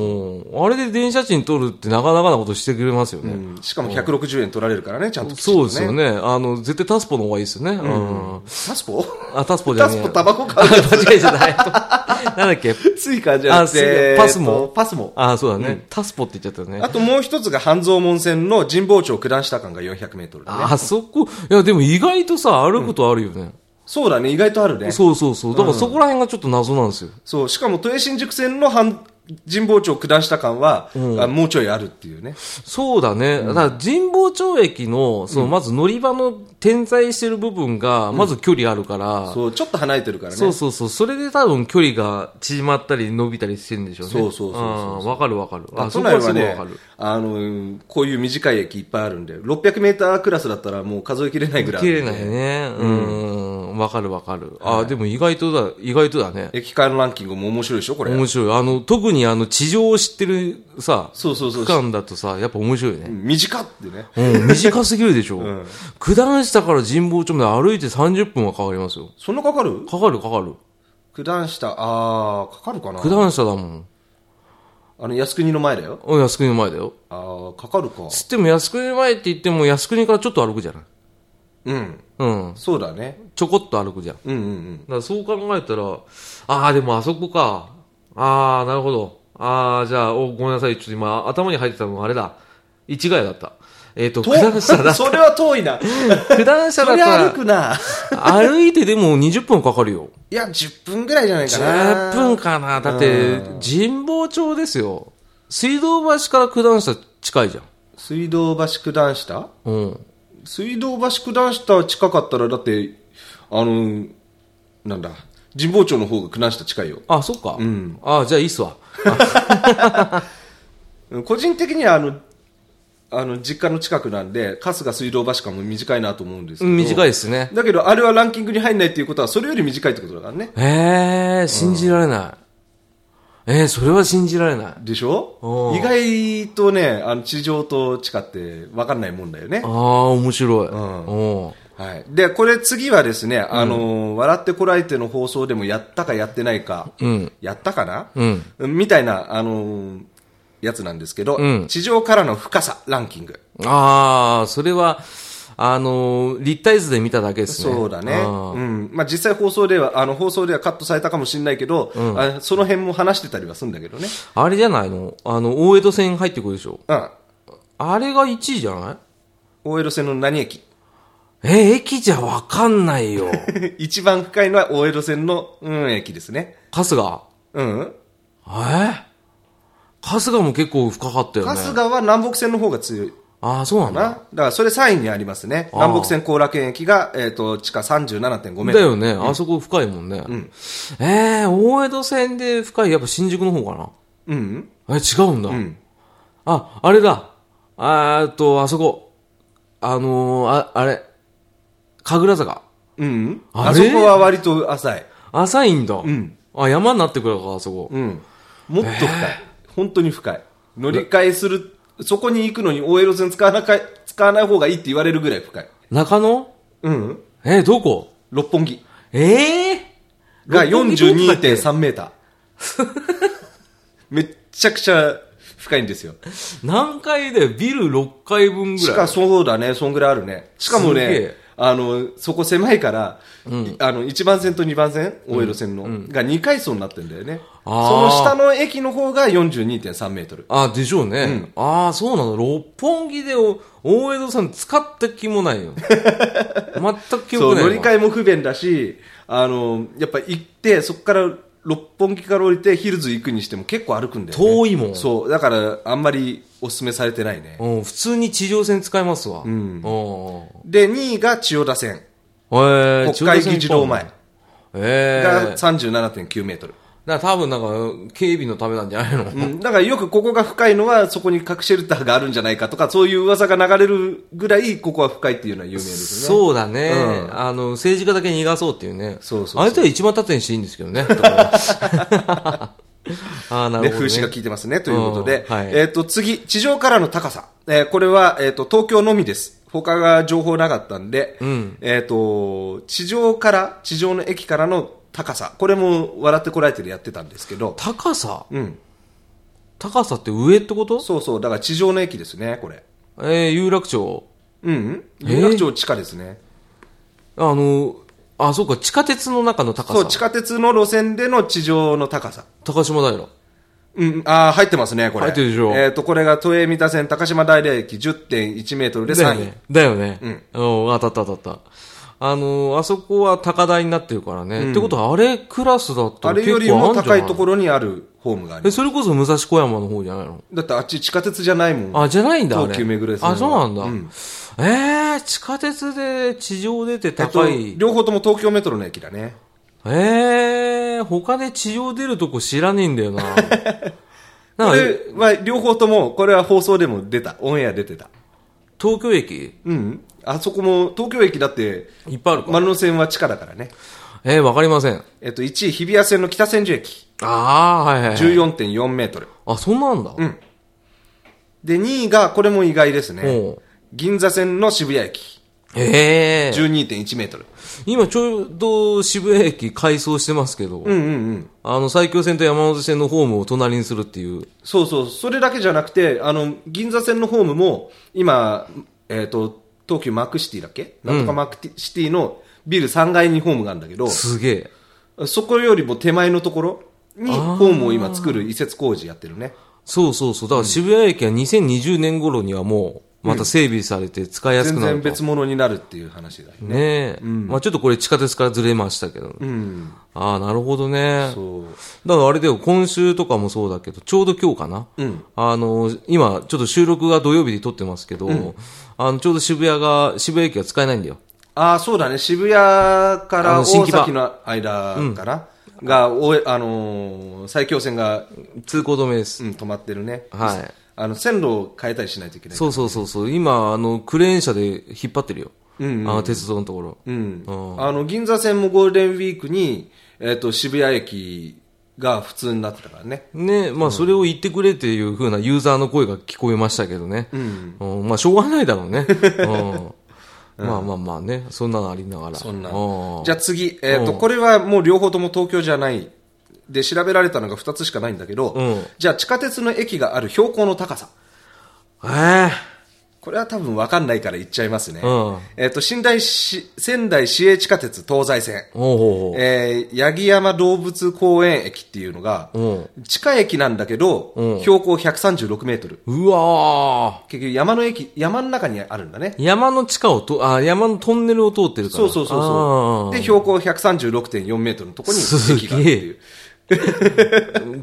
Speaker 2: う。
Speaker 1: ん。あれで電車賃取るってなかなかなことしてくれますよね。
Speaker 2: うんしかも160円取られるからね、ちゃんときちんと
Speaker 1: そうですよ。ね。あの、絶対タスポの方がいいですよね。うん。
Speaker 2: タスポ
Speaker 1: あ、タスポじゃ
Speaker 2: タ
Speaker 1: ねえ
Speaker 2: ス
Speaker 1: や。
Speaker 2: ポタバコ 買うやつ。
Speaker 1: 間違えちゃない。なんだっけ
Speaker 2: スイカじゃなく
Speaker 1: あスイカ
Speaker 2: て、
Speaker 1: パスモ
Speaker 2: えっとパスモ。
Speaker 1: あ、そうだね、タスポって言っちゃったよね。
Speaker 2: あともう一つが半蔵門線の神保町九段下間が400メートルだね。
Speaker 1: あそこ、いや、でも意外とさ、歩くとあるよね。
Speaker 2: そうだね、意外とあるね。
Speaker 1: そうそうそう。だからそこら辺がちょっと謎なんですよ。
Speaker 2: そう、しかも豊新宿線の半神保町九段下間は、あもうちょいあるっていうね。
Speaker 1: そうだね。だから神保町駅の、その、まず乗り場の点在してる部分が、まず距離あるから、
Speaker 2: そう、ちょっと離れてるからね。
Speaker 1: そうそうそう。それで多分距離が縮まったり伸びたりしてるんでしょうね。
Speaker 2: そうそうそうそ
Speaker 1: う
Speaker 2: う
Speaker 1: んわかるわかる。あ、そ
Speaker 2: 都
Speaker 1: こは
Speaker 2: 内
Speaker 1: す
Speaker 2: は
Speaker 1: ごいわ
Speaker 2: ね
Speaker 1: かる。、
Speaker 2: あのうん、こういう短い駅いっぱいあるんで、600メータークラスだったらもう数えきれないぐらいあ
Speaker 1: 切
Speaker 2: る
Speaker 1: れ
Speaker 2: ん
Speaker 1: な
Speaker 2: で
Speaker 1: いね。うん。わかるわかる。あ、でも意外とだ、意外とだね。
Speaker 2: 駅間ランキングも面白いでしょ、これ。
Speaker 1: 面白い。あの、特にあの、地上を知ってるさ、
Speaker 2: そうそうそ
Speaker 1: 区
Speaker 2: う。
Speaker 1: 間だとさ、やっぱ面白いね。
Speaker 2: 短ってね。
Speaker 1: うん、短すぎるでしょ。
Speaker 2: ん
Speaker 1: 九段下から神保町まで歩いて30分はかかりますよ。
Speaker 2: そんなかかる
Speaker 1: かかるかかる。
Speaker 2: 九段下、あー、かかるかな
Speaker 1: 九段下だもん。
Speaker 2: あの、靖国の前だよ。
Speaker 1: うん、靖国の前だよ。
Speaker 2: あー、かかるか。
Speaker 1: つっても靖国の前って言っても靖国からちょっと歩くじゃない。
Speaker 2: うん。
Speaker 1: うん、
Speaker 2: そうだね。
Speaker 1: ちょこっと歩くじゃん。だ
Speaker 2: うんうんうん。
Speaker 1: からそう考えたら、ああ、でもあそこか。ああ、なるほど。ああ、じゃあ、おごめんなさい。ちょっと今、頭に入ってたのがあれだ。市街だった。えっ、と、九
Speaker 2: と
Speaker 1: 段下だ。
Speaker 2: それは遠いな。
Speaker 1: 九段 下
Speaker 2: そ
Speaker 1: だっ
Speaker 2: れ
Speaker 1: た
Speaker 2: は
Speaker 1: ら
Speaker 2: 歩、くな。
Speaker 1: 歩いてでも20分かかるよ。
Speaker 2: いや、10分ぐらいじゃないかな。
Speaker 1: 10分かな。だって、神保町ですよ。水道橋から九段下近いじゃん。
Speaker 2: 水道橋九段下
Speaker 1: うん。
Speaker 2: 水道橋九段下近かったら、だって、あの、なんだ、神保町の方が九段下近いよ。
Speaker 1: あ、そっか。
Speaker 2: ん
Speaker 1: あ、じゃあいいっすわ。
Speaker 2: 個人的には、あの、あの、実家の近くなんで、春日水道橋間も短いなと思うんですけ
Speaker 1: う
Speaker 2: ど。
Speaker 1: ん短い
Speaker 2: い。
Speaker 1: ですね。
Speaker 2: だけど、あれはランキングに入んないっていうことは、それより短いってことだからね。
Speaker 1: えー、信じられない。えー、それは信じられない。
Speaker 2: でしょ
Speaker 1: うん
Speaker 2: 意外とね、あの、地上と地下って分かんないもんだよね
Speaker 1: あ。ー、面白い。
Speaker 2: ん
Speaker 1: うん。
Speaker 2: はい。で、これ次はですね、あの、笑ってこられての放送でもやったかやってないか、
Speaker 1: うん。
Speaker 2: やったかな
Speaker 1: うん。
Speaker 2: みたいな、あのーやつなんですけど、
Speaker 1: うん
Speaker 2: 地上からの深さランキング。
Speaker 1: あー、それは、あのー立体図で見ただけですね。
Speaker 2: そうだね。
Speaker 1: あー
Speaker 2: うん。まあ、実際放送では、あの、放送ではカットされたかもしれないけど、あその辺も話してたりはするんだけどね。
Speaker 1: あれじゃないのあの、大江戸線入ってくるでしょ。
Speaker 2: うん。
Speaker 1: あれが1位じゃない
Speaker 2: OL 路線の何駅
Speaker 1: え、駅じゃわかんないよ。
Speaker 2: 一番深いのは OL 路線の、うん、駅ですね。
Speaker 1: 春日。
Speaker 2: うん。
Speaker 1: え春日も結構深かったよね。
Speaker 2: 春日は南北線の方が強い
Speaker 1: ああ、そうなん
Speaker 2: かな。
Speaker 1: だ。
Speaker 2: だから、それ3位にありますね。
Speaker 1: あー
Speaker 2: 南北線後楽園駅が、えっ、と、地下37.5メー
Speaker 1: だ
Speaker 2: トル。
Speaker 1: よね。あそこ深いもんね。ええ大江戸線で深い、やっぱ新宿の方か
Speaker 2: うん。
Speaker 1: な。え、違うんだ。
Speaker 2: ん
Speaker 1: あ、あれだ。あーっと、あそこ。あのー、あ、あれ。神楽坂。
Speaker 2: うん。
Speaker 1: あ
Speaker 2: あ
Speaker 1: れ
Speaker 2: そこは割と浅い。
Speaker 1: 浅いんだ。
Speaker 2: ん
Speaker 1: あ、山になってくるのか、あそこ。
Speaker 2: うん。もっと深い。本当に深い。乗り換えする、そこに行くのに OL 線使わなかい、使わない方がいいって言われるぐらい深い。
Speaker 1: 中野
Speaker 2: うん。
Speaker 1: えどこ
Speaker 2: 六本木
Speaker 1: ええ
Speaker 2: が
Speaker 1: 六本木どこだっけ
Speaker 2: 42.3メーター。めっちゃくちゃ深いんですよ。
Speaker 1: 何階だよビル6階分ぐ
Speaker 2: し
Speaker 1: ら
Speaker 2: か
Speaker 1: い。
Speaker 2: そうだね、そんぐらいあるね。しかも
Speaker 1: すげ
Speaker 2: ね
Speaker 1: え、
Speaker 2: あの、そこ狭いから、いあの、1番線と2番線、大江戸線の、が2階層になってんだよね。そ
Speaker 1: あー
Speaker 2: の下の駅の方が42.3メートル。
Speaker 1: あ、でしょうね。ああ、そうなの。六本木でお大江戸さん使った気も ないよ。全く記
Speaker 2: そう
Speaker 1: 憶ないわ。
Speaker 2: 乗り換えも不便だしあのやっぱ行ってそこから六本木から降りてヒルズ行くにしても結構歩くんだよ、ね、
Speaker 1: 遠いもん
Speaker 2: そうだからあんまりお勧めされてないね
Speaker 1: うん、普通に地上線使いますわ。うん。
Speaker 2: で2位が千代田線
Speaker 1: えー、
Speaker 2: 国会議事堂前
Speaker 1: えー。
Speaker 2: が37.9メートル、
Speaker 1: だから多分なんか、警備のためなんじゃないの、
Speaker 2: うん、だからよくここが深いのはそこに核シェルターがあるんじゃないかとかそういう噂が流れるぐらいここは深いっていうのは有名ですよね
Speaker 1: そうだね、あの、政治家だけ逃がそうっていうね。
Speaker 2: そうそうそう
Speaker 1: あれとは一番縦にしていいんですけ どね。 とかああ、な
Speaker 2: ね、
Speaker 1: るほど、
Speaker 2: 風
Speaker 1: ね。
Speaker 2: 刺が効いてますね、ということで。
Speaker 1: うんはい
Speaker 2: えっ、と、次、地上からの高さ。えーこれは、えっ、と、東京のみです。他が情報なかったんで、
Speaker 1: うん
Speaker 2: えっ、と、地上から、地上の駅からの高さ、これも笑ってこられてるやってたんですけど、
Speaker 1: 高さ
Speaker 2: うん。
Speaker 1: 高さって上ってこと
Speaker 2: そうそう、だから地上の駅ですね、これ。
Speaker 1: えー、有楽町。
Speaker 2: うん、うん。有楽町地下ですね。
Speaker 1: あの、あ、そうか、地下鉄の中の高
Speaker 2: そう、地
Speaker 1: さ。
Speaker 2: 下鉄の路線での地上の高さ。
Speaker 1: 高島平。
Speaker 2: うん、あー入ってますね、これ。
Speaker 1: 入ってるでしょ
Speaker 2: えっ、と、これが都営三田線高島平駅10.1メートルで
Speaker 1: だよ
Speaker 2: 3位。
Speaker 1: ね。だよね。うん。当たった当たった。あの、あそこは高台になってるからね。ってことは、あれクラスだと
Speaker 2: あれよりも高いところにあるホームがあり
Speaker 1: え、
Speaker 2: ます。
Speaker 1: それこそ武蔵小山の方じゃないの
Speaker 2: だってあっち地下鉄じゃないもん。
Speaker 1: あ、じゃないんだ、あれ。
Speaker 2: 東急目黒線は
Speaker 1: あ、そうなんだ。
Speaker 2: うん
Speaker 1: えー、地下鉄で地上出て
Speaker 2: えっと
Speaker 1: 高い。
Speaker 2: 両方とも東京メトロの駅だね。
Speaker 1: えー、他で地上出るとこ知らねえんだよ な。な
Speaker 2: こ
Speaker 1: んか
Speaker 2: れは両方とも、これは放送でも出た。オンエア出てた。
Speaker 1: 東京駅
Speaker 2: うん。あそこも、東京駅だって、
Speaker 1: いっぱいあるか。
Speaker 2: 丸野線は地下だからね。
Speaker 1: えー、わかりません。
Speaker 2: えっと、1位、日比谷線の北千住駅。
Speaker 1: あー、はいはい、はい。
Speaker 2: 14.4メートル。
Speaker 1: あ、そんなんだ。
Speaker 2: んで、2位が、これも意外です
Speaker 1: お
Speaker 2: ね
Speaker 1: う。
Speaker 2: 銀座線の渋谷駅。
Speaker 1: ええ
Speaker 2: 12.1メートル。
Speaker 1: 今ちょうど渋谷駅改装してますけど、
Speaker 2: うんうんうん。
Speaker 1: あの、埼京線と山手線のホームを隣にするっていう。
Speaker 2: そうそう。それだけじゃなくて、あの、銀座線のホームも、今、えっ、と、東急マークシティだっけなんとかマークティシティのビル3階にホームがあるんだけど、
Speaker 1: すげえ。
Speaker 2: そこよりも手前のところにホームを今作る移設工事やってるね。
Speaker 1: そうそうそう。だから渋谷駅は2020年頃にはもう、また整備されて使いやす
Speaker 2: 全
Speaker 1: くな
Speaker 2: 然
Speaker 1: ると。
Speaker 2: 別物になるっていう話だよ
Speaker 1: ね
Speaker 2: ね。
Speaker 1: え、まあちょっとこれ地下鉄からずれましたけど。
Speaker 2: うん。
Speaker 1: ああ、なるほどね。
Speaker 2: そう。
Speaker 1: だからあれだよ、今週とかもそうだけど、ちょうど今日かな。
Speaker 2: うん
Speaker 1: あの、今、ちょっと収録が土曜日で撮ってますけど、あの、ちょうど渋谷が、渋谷駅が使えないんだよ。
Speaker 2: ああ、そうだね。渋谷か
Speaker 1: あ
Speaker 2: ら
Speaker 1: の
Speaker 2: 大
Speaker 1: 新木場
Speaker 2: 崎の間かな、が、おえあのー埼京線が、
Speaker 1: 通行止めです。
Speaker 2: うん、止まってるね。
Speaker 1: はい。
Speaker 2: あの、線路を変えたりしないといけない。
Speaker 1: そうそうそうそう。今、あの、クレーン車で引っ張ってるよ。
Speaker 2: うん
Speaker 1: あの、鉄道のところ。
Speaker 2: うん
Speaker 1: うん
Speaker 2: あの、銀座線もゴールデンウィークに、えっ、と、渋谷駅が普通になってたからね。
Speaker 1: ね、まあ、それを言ってくれっていう風なユーザーの声が聞こえましたけどね。
Speaker 2: うん。
Speaker 1: うん、まあ、しょうがないだろ うね。うん。まあまあまあね、そんなのありながら。
Speaker 2: そんな。
Speaker 1: うん
Speaker 2: じゃあ次、えっ、と、これはもう両方とも東京じゃない。で、調べられたのが2つしかないんだけど、
Speaker 1: うん
Speaker 2: じゃあ地下鉄の駅がある標高の高さ。
Speaker 1: え
Speaker 2: これは多分分かんないから言っちゃいますね。
Speaker 1: えうん。
Speaker 2: えっ、と、新大市、仙台市営地下鉄東西線、
Speaker 1: おうおうおう
Speaker 2: えー、八木山動物公園駅っていうのが、
Speaker 1: うん
Speaker 2: 地下駅なんだけど、
Speaker 1: うん
Speaker 2: 標高136メートル。
Speaker 1: うわ
Speaker 2: 結局山の駅、山の中にあるんだね。
Speaker 1: ー山の地下をと、あ、山のトンネルを通ってるから。
Speaker 2: そうそうそうそう。で、
Speaker 1: で、
Speaker 2: 標高136.4メートルのとこに駅があるっていう。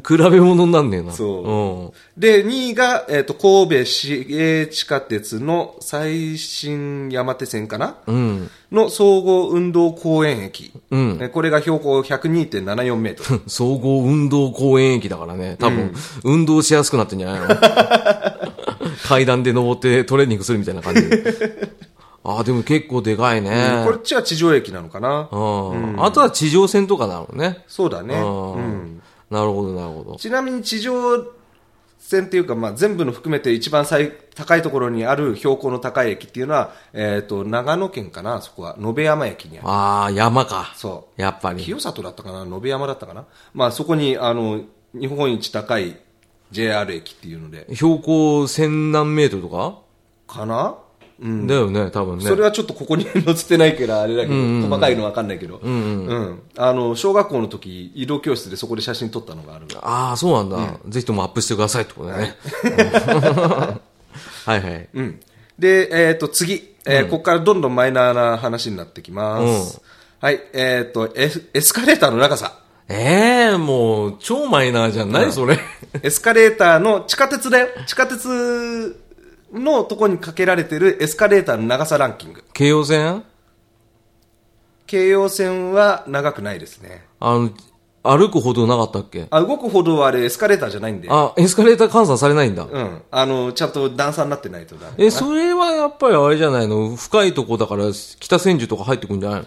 Speaker 1: 比べ物になんねえな。
Speaker 2: そで、2位が、えっ、と、神戸市営地下鉄の最新山手線かな
Speaker 1: う。うん。
Speaker 2: の総合運動公園駅。
Speaker 1: うん。
Speaker 2: えこれが標高102.74メー トル。
Speaker 1: うん。総合運動公園駅だからね。多分、運動しやすくなってんじゃないの 階段で登ってトレーニングするみたいな感じで。 あ、でも結構でかいね。
Speaker 2: こっちは地上駅なのかな
Speaker 1: うん。あとは地上戦とかだろうね。
Speaker 2: そうだね。
Speaker 1: う
Speaker 2: うん
Speaker 1: ん。なるほど、なるほど。
Speaker 2: ちなみに地上線っていうか、まあ、全部の含めて一番最高いところにある標高の高い駅っていうのは、えっ、と、長野県かなそこは。野辺山駅にある。
Speaker 1: ああ、山か。
Speaker 2: そう。
Speaker 1: やっぱり。
Speaker 2: 清里だったかな野辺山だったかなまあ、そこに、あの、日本一高い JR 駅っていうので、
Speaker 1: 標高千何メートルとか
Speaker 2: かなうん。
Speaker 1: だよね、多分ね。
Speaker 2: それはちょっとここに載せてないから、あれだけど、細かいのわかんないけど、うん、あの、小学校の時、移動教室でそこで写真撮ったのがあるが。
Speaker 1: ああ、そうなんだ、ぜひともアップしてくださいってことだね。 はいはい。
Speaker 2: うん。で、えっ、と、次。えーここからどんどんマイナーな話になってきます。はい。えっ、と、エスエスカレーターの長さ。
Speaker 1: ええもう、超マイナーじゃない、それ。
Speaker 2: エスカレーターの地下鉄だよ。地下鉄のとこにかけられてるエスカレーターの長さランキング。
Speaker 1: 京葉線
Speaker 2: 京葉線は長くないですね。
Speaker 1: あの、歩く歩道なかったっけ
Speaker 2: あ、動くほどはあれエスカレーターじゃないんで。
Speaker 1: あ、エスカレーター換算されないんだ。
Speaker 2: うん。あの、ちゃんと段差になってないとダメ。
Speaker 1: え、それはやっぱりあれじゃないの深いとこだから、北千住とか入ってくんじゃないの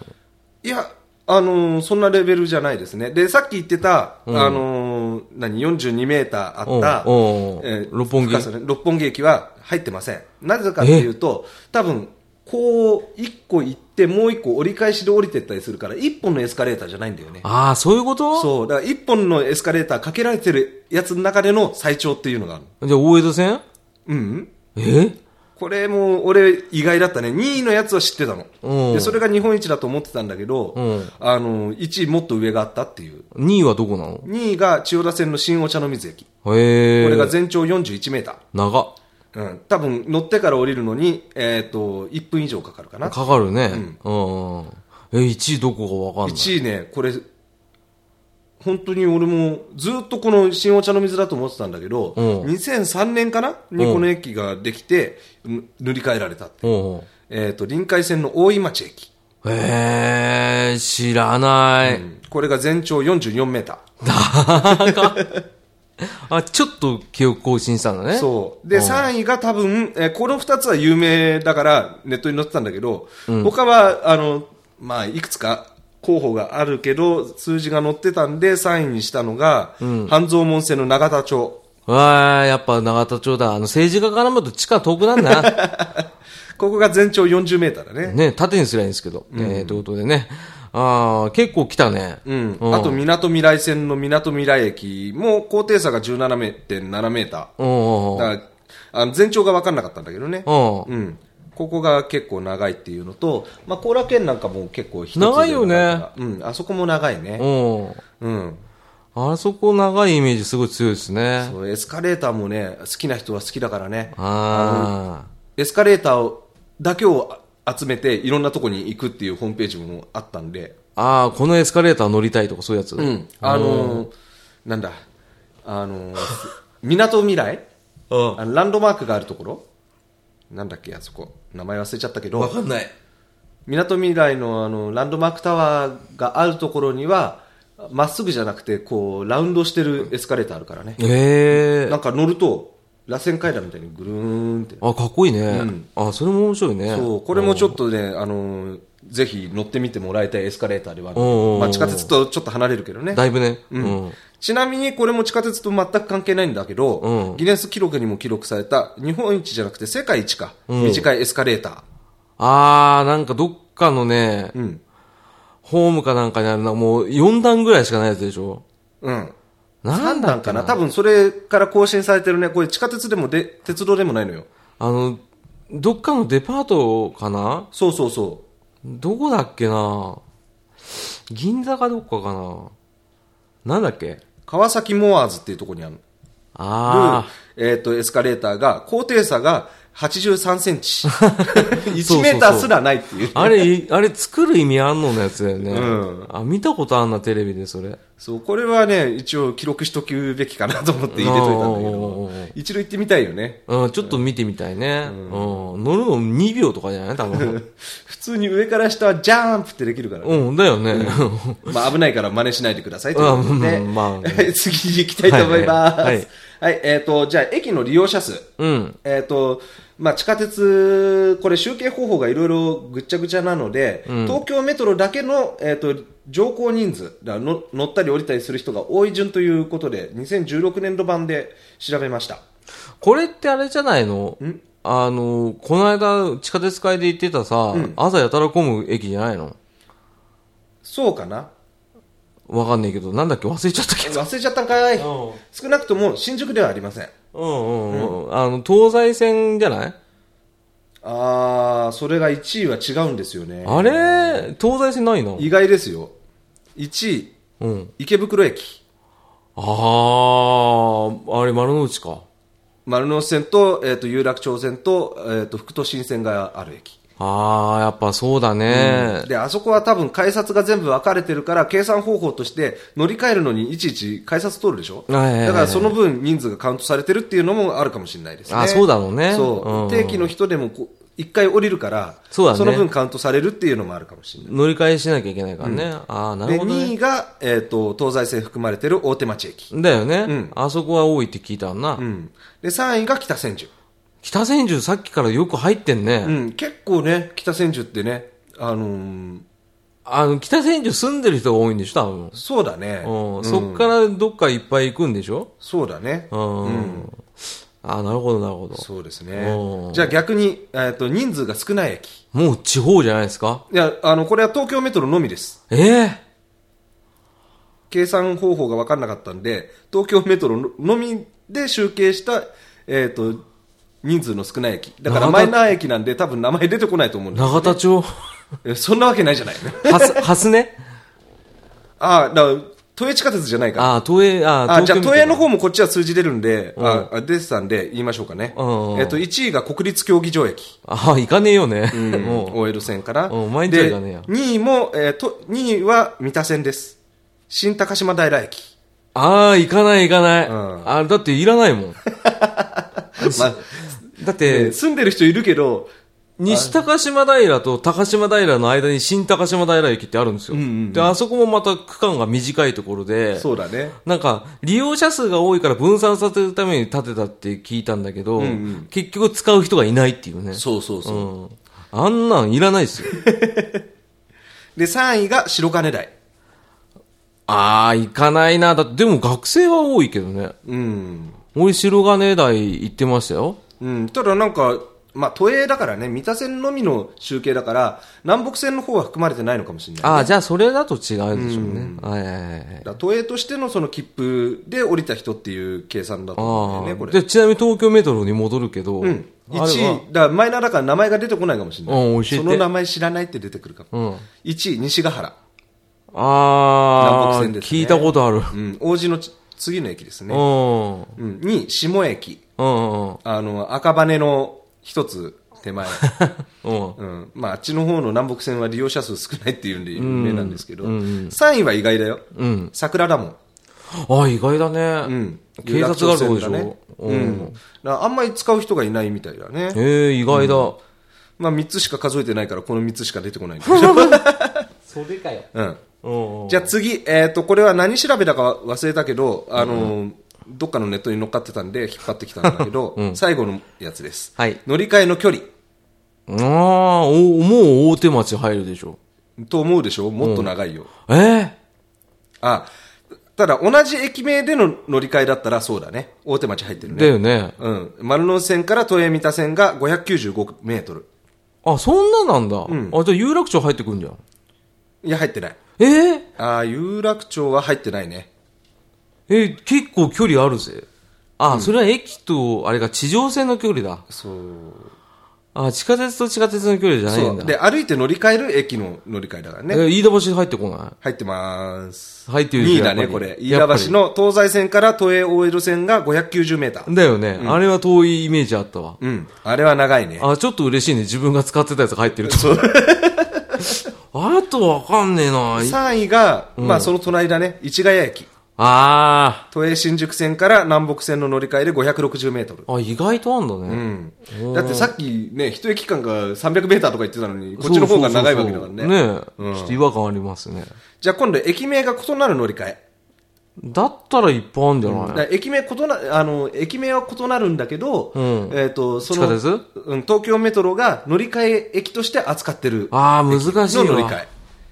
Speaker 2: いや、あのーそんなレベルじゃないですね。で、さっき言ってた、あのー何、42メーターあった、
Speaker 1: うんうん
Speaker 2: えー
Speaker 1: 六本木
Speaker 2: 深さね六本木駅は入ってません。なぜかっていうと、多分、こう、一個行って、もう一個折り返しで降りてったりするから、一本のエスカレーターじゃないんだよね。
Speaker 1: ああ、そういうこと
Speaker 2: そう。だから一本のエスカレーターかけられてるやつの中での最長っていうのがある。
Speaker 1: じゃあ、大江戸線
Speaker 2: うん
Speaker 1: え
Speaker 2: これも俺意外だったね。2位のやつは知ってたの。
Speaker 1: うん
Speaker 2: で、それが日本一だと思ってたんだけど、
Speaker 1: ん
Speaker 2: あの、1位もっと上があったっていう。
Speaker 1: ?2 位はどこなの
Speaker 2: 2位が千代田線の新お茶の水駅。こ
Speaker 1: へえ。
Speaker 2: れが全長41メーター。
Speaker 1: 長っ。
Speaker 2: うん。多分乗ってから降りるのに、えっ、と、1分以上かかるかな。
Speaker 1: かかるね。うん。うん、え、1位どこかわかんない。
Speaker 2: 1位ね、これ、本当に俺もずっとこの新お茶の水だと思ってたんだけど、
Speaker 1: うん
Speaker 2: 2003年かなにこの駅ができて、ぬ塗り替えられたって。
Speaker 1: うんうん。
Speaker 2: えっ、と、臨海線の大井町駅。
Speaker 1: えー、知らない。
Speaker 2: これが全長44メータ
Speaker 1: あ、ちょっと記憶更新したんだね。
Speaker 2: ー。そう。で、3位が多分、えーこの2つは有名だからネットに載ってたんだけど、他は、あの、まあ、いくつか候補があるけど、数字が載ってたんで、3位にしたのが、半蔵門線の永田町。
Speaker 1: う。わー、やっぱ長田町だ。あの、政治家からもと地下遠くなんだ な。
Speaker 2: ここが全長40メーターだね。
Speaker 1: ね、縦にすりゃいいんですけど。えー、ということでね。あー、結構来たね。
Speaker 2: うん。あと、港未来線の港未来駅も高低差が17.7メータ
Speaker 1: うん。
Speaker 2: ー。
Speaker 1: うん。
Speaker 2: だから、あの全長が分かんなかったんだけどね。
Speaker 1: うん。
Speaker 2: うん、ここが結構長いっていうのと、まあ、後楽園なんかも結構一つで
Speaker 1: 長いよね
Speaker 2: うん、あそこも長いね、
Speaker 1: うん。
Speaker 2: うん、
Speaker 1: あそこ長いイメージすごい強いですね。
Speaker 2: そうエスカレーターもね好きな人は好きだからね
Speaker 1: あ
Speaker 2: エスカレーターをだけを集めていろんなとこに行くっていうホームページもあったんで、
Speaker 1: ー。あー、このエスカレーター乗りたいとかそういうやつ。
Speaker 2: うん、あのーなんだあのー港未来
Speaker 1: うん。
Speaker 2: あのランドマークがあるところなんだっけあそこ名前忘れちゃったけど
Speaker 1: わかんない。
Speaker 2: みなとみらいのあのランドマークタワーがあるところにはまっすぐじゃなくてこうラウンドしてるエスカレーターあるからね、
Speaker 1: えー
Speaker 2: な。んか乗ると螺旋階段みたいにぐるーんって
Speaker 1: あ、かっこいいね。あ、それも面白いね。
Speaker 2: そうこれもちょっとね、あのぜひ乗ってみてもらいたいエスカレーターではある
Speaker 1: おうおう
Speaker 2: まあ、地下鉄とちょっと離れるけどね
Speaker 1: だいぶね。うん。
Speaker 2: ちなみにこれも地下鉄と全く関係ないんだけど、
Speaker 1: うん
Speaker 2: ギネス記録にも記録された日本一じゃなくて世界一か、短いエスカレーター、
Speaker 1: あー、なんかどっかのね、
Speaker 2: ん
Speaker 1: ホームかなんかにあるな、もう4段ぐらいしかないやつでしょ。
Speaker 2: うん、
Speaker 1: な
Speaker 2: 3
Speaker 1: んだ
Speaker 2: 段
Speaker 1: っけ
Speaker 2: かな多分それから更新されてるね。これ地下鉄でもで、鉄道でもないのよ。
Speaker 1: あの、どっかのデパートかな
Speaker 2: そうそうそ
Speaker 1: どこだっけな銀座かどっかかななんだっけ
Speaker 2: う。川崎モアーズっていうところにある。
Speaker 1: あ
Speaker 2: えっ、と、エスカレーターが、高低差が83セン チ。
Speaker 1: そう
Speaker 2: 1メーターすらないっていう。
Speaker 1: ー。あれ、いあれ作る意味あんののやつだよね。
Speaker 2: うん
Speaker 1: あ、見たことあんな、テレビでそれ。
Speaker 2: そう、これはね、一応記録しとくべきかなと思って入れといたんだけ
Speaker 1: おーおーお
Speaker 2: ど
Speaker 1: ーお、
Speaker 2: 一度行ってみたいよね。
Speaker 1: うん、ちょっと見てみたいね。うん。乗るの2秒とかじゃない多 分。
Speaker 2: 普通に上から下はジャンプってできるからね、
Speaker 1: うん、だよね。
Speaker 2: まあ危ないから真似しないでくださいということで、
Speaker 1: うんうんま
Speaker 2: 次行きたいと思います。
Speaker 1: は
Speaker 2: はいい、
Speaker 1: はい
Speaker 2: えっ、と、じゃあ駅の利用者数。
Speaker 1: うん。
Speaker 2: えっ、と、まあ、地下鉄、これ集計方法がいろいろぐっちゃぐちゃなので、東京メトロだけの、えっ、と、乗降人数、だからの乗ったり降りたりする人が多い順ということで、2016年度版で調べました。
Speaker 1: これってあれじゃないのあの、この間、地下鉄会で行ってたさ、朝やたら混む駅じゃないの
Speaker 2: そうかな
Speaker 1: わかんないけど、なんだっけ忘れちゃったけど。
Speaker 2: 忘れちゃったんかい
Speaker 1: ん
Speaker 2: 少なくとも新宿ではありません。
Speaker 1: うんうんうん。あの、東西線じゃない
Speaker 2: あー、それが1位は違うんですよね。
Speaker 1: あれ東西線ないの
Speaker 2: 意外ですよ。1位、
Speaker 1: うん。
Speaker 2: 池袋駅。
Speaker 1: あー、あれ丸の内か。
Speaker 2: 丸の内線と、えっ、と、有楽町線と、えっ、と、副都心線がある駅。
Speaker 1: あー、やっぱそうだね。
Speaker 2: で、あそこは多分改札が全部分かれてるから、計算方法として乗り換えるのにいちいち改札通るでしょ、
Speaker 1: はいはいはい
Speaker 2: だからその分人数がカウントされてるっていうのもあるかもしれないですね。
Speaker 1: あそうだろうね
Speaker 2: そう
Speaker 1: うん
Speaker 2: 定期の人でもこう一回降りるから、
Speaker 1: そうだね
Speaker 2: の分カウントされるっていうのもあるかもしれない。
Speaker 1: 乗り換えしなきゃいけないからね。あー、なる
Speaker 2: で、
Speaker 1: ほど、ね
Speaker 2: 2。位が、えっ、と、東西線含まれてる大手町駅。
Speaker 1: だよね、あそこは多いって聞いたんな。
Speaker 2: うん。で、3位が北千住。
Speaker 1: 北千住さっきからよく入ってんね。
Speaker 2: うん、結構ね、北千住ってね、あのー
Speaker 1: あの、北千住住んでる人が多いんでしょ、多分。
Speaker 2: そうだね。
Speaker 1: うん、そっからどっかいっぱい行くんでしょ
Speaker 2: そうだね。
Speaker 1: うん。ああ、なるほど、なるほど。
Speaker 2: そうです
Speaker 1: お
Speaker 2: ね
Speaker 1: ー。
Speaker 2: じゃあ逆に、えっと、人数が少ない駅。
Speaker 1: もう地方じゃないですか
Speaker 2: いや、あの、これは東京メトロのみです。
Speaker 1: ええ
Speaker 2: 計算方法が分かんなかったんで、東京メトロののみで集計した、えっと、人数の少ない駅。だから
Speaker 1: 長田
Speaker 2: マイナー駅なんで多分名前出てこないと思うんです
Speaker 1: 永田町、
Speaker 2: えそんなわけないじゃない。
Speaker 1: はす、 はすね
Speaker 2: ああ、だから、都営地下鉄じゃないから。
Speaker 1: ああ、都営、あ
Speaker 2: あ、じゃあ、都営の
Speaker 1: 方
Speaker 2: 方もこっちは数字出るんで、ああ出てたんで言いましょうかね。
Speaker 1: うんうん
Speaker 2: えっと、1位が国立競技場駅。
Speaker 1: ああ、行かねえよね。もう
Speaker 2: OL 線から。
Speaker 1: うん毎日は
Speaker 2: で、
Speaker 1: 行かねえや
Speaker 2: 2位も、えっと、2位は三田線です。新高島平駅。
Speaker 1: ああ、行かない行かない。
Speaker 2: ん
Speaker 1: あだっていらないもん。
Speaker 2: まあ、
Speaker 1: だって、
Speaker 2: 住んでる人いるけど、
Speaker 1: 西高島平と高島平の間に新高島平駅ってあるんですよ。で、あそこもまた区間が短いところで、
Speaker 2: そうだね。
Speaker 1: なんか、利用者数が多いから分散させるために建てたって聞いたんだけど、結局使う人がいないっていうね。
Speaker 2: そうそうそう。
Speaker 1: うん。あんなんいらないですよ。
Speaker 2: で、3位が白金台。
Speaker 1: ああ、行かないな。だって、でも学生は多いけどね。
Speaker 2: うん。
Speaker 1: 俺、白金台行ってましたよ。
Speaker 2: うん。ただなんか、まあ、都営だからね、三田線のみの集計だから、南北線の方は含まれてないのかもしれない。
Speaker 1: ああ、じゃあそれだと違うでしょうね。はいはいはいはい。
Speaker 2: だから都営としてのその切符で降りた人っていう計算だと思
Speaker 1: あ
Speaker 2: う
Speaker 1: あ
Speaker 2: んだよね、これ。
Speaker 1: でちなみに東京メトロに戻るけど、
Speaker 2: うん。
Speaker 1: あれは
Speaker 2: 1位、だからマイナーだから名前が出てこないかもしれない。
Speaker 1: うん教えて
Speaker 2: その名前知らないって出てくるかも。1位、西ヶ原。
Speaker 1: あ
Speaker 2: 南
Speaker 1: あ、
Speaker 2: 北線ですね
Speaker 1: 聞いたことある。
Speaker 2: うん。王子のち次の駅です
Speaker 1: う
Speaker 2: ね。
Speaker 1: ん。うん
Speaker 2: うん。2位、下駅。
Speaker 1: うん
Speaker 2: あの、赤羽の一つ手 前。
Speaker 1: うん。うん。
Speaker 2: うん。まあ、あっちの方の南北線は利用者数少ないっていうんで有名なんですけど、3位は意外だよ。
Speaker 1: うん。
Speaker 2: 桜田門。
Speaker 1: ああ、意外だね。
Speaker 2: うん。
Speaker 1: 警察があるとこでしょ。
Speaker 2: 有楽町線
Speaker 1: う。
Speaker 2: だねうんん。だからあんまり使う人がいないみたいだね。
Speaker 1: ええ意外だ。
Speaker 2: まあ、3つしか数えてないから、この3つしか出てこないんだ けど
Speaker 1: それかよ。
Speaker 2: うん。
Speaker 1: うん。
Speaker 2: じゃあ次、えっ、と、これは何調べたか忘れたけど、あのーどっかのネットに乗っかってたんで、引っ張ってきたんだ けど、最後のやつです。
Speaker 1: はい
Speaker 2: 乗り換えの距離。
Speaker 1: ああ、おもう大手町入るでしょ。
Speaker 2: と思うでしょもっと長いよ。
Speaker 1: ええ
Speaker 2: あ、ただ同じ駅名での乗り換えだったらそうだね。大手町入ってる
Speaker 1: だ
Speaker 2: ね。
Speaker 1: よね。
Speaker 2: うん。丸の内線から都営三田線が595メートル。
Speaker 1: あ、そんななんだ。あ、じゃあ有楽町入ってくんじゃん。
Speaker 2: いや、入ってない。
Speaker 1: ええ
Speaker 2: あー有楽町は入ってないね。
Speaker 1: えー結構距離あるぜ。あ、それは駅と、あれが地上線の距離だ。
Speaker 2: そう。
Speaker 1: あ、地下鉄と地下鉄の距離じゃない
Speaker 2: そ
Speaker 1: ん
Speaker 2: う。
Speaker 1: だ。
Speaker 2: で、歩いて乗り換える駅の乗り換えだからね。
Speaker 1: えー飯田橋入ってこな
Speaker 2: 入ってます。
Speaker 1: 入ってる
Speaker 2: 2
Speaker 1: じ
Speaker 2: 位
Speaker 1: ゃん
Speaker 2: だね、
Speaker 1: やっぱ
Speaker 2: こ
Speaker 1: り
Speaker 2: れ。飯田橋の東西線から都営大江戸線が590メーター。
Speaker 1: いだよね、あれは遠いイメージあったわ。
Speaker 2: うん。あれは長いね。
Speaker 1: あ、ちょっと嬉しいね。自分が使ってたやつが入ってると。あとわかんねえな。
Speaker 2: 3位が、まあその隣だね、市ヶ谷駅。
Speaker 1: あ
Speaker 2: 都営新宿線から南北線の乗り換えで560メートル。
Speaker 1: ー。あ、意外とあんだね。
Speaker 2: うん。だってさっきね、一駅間が300メーターとか言ってたのに、こっちの方が長いわけだからね。
Speaker 1: そうそうそうねえ、ちょっと違和感ありますね。
Speaker 2: じゃあ今度駅名が異なる乗り換え。
Speaker 1: だったらいっぱいあるんじゃない、
Speaker 2: だから駅名異な、あの、駅名は異なるんだけど、えっ、と、その、
Speaker 1: 地下鉄
Speaker 2: うん、東京メトロが乗り換え駅として扱ってる
Speaker 1: ああ、難しい
Speaker 2: の
Speaker 1: わ。
Speaker 2: 乗り換え。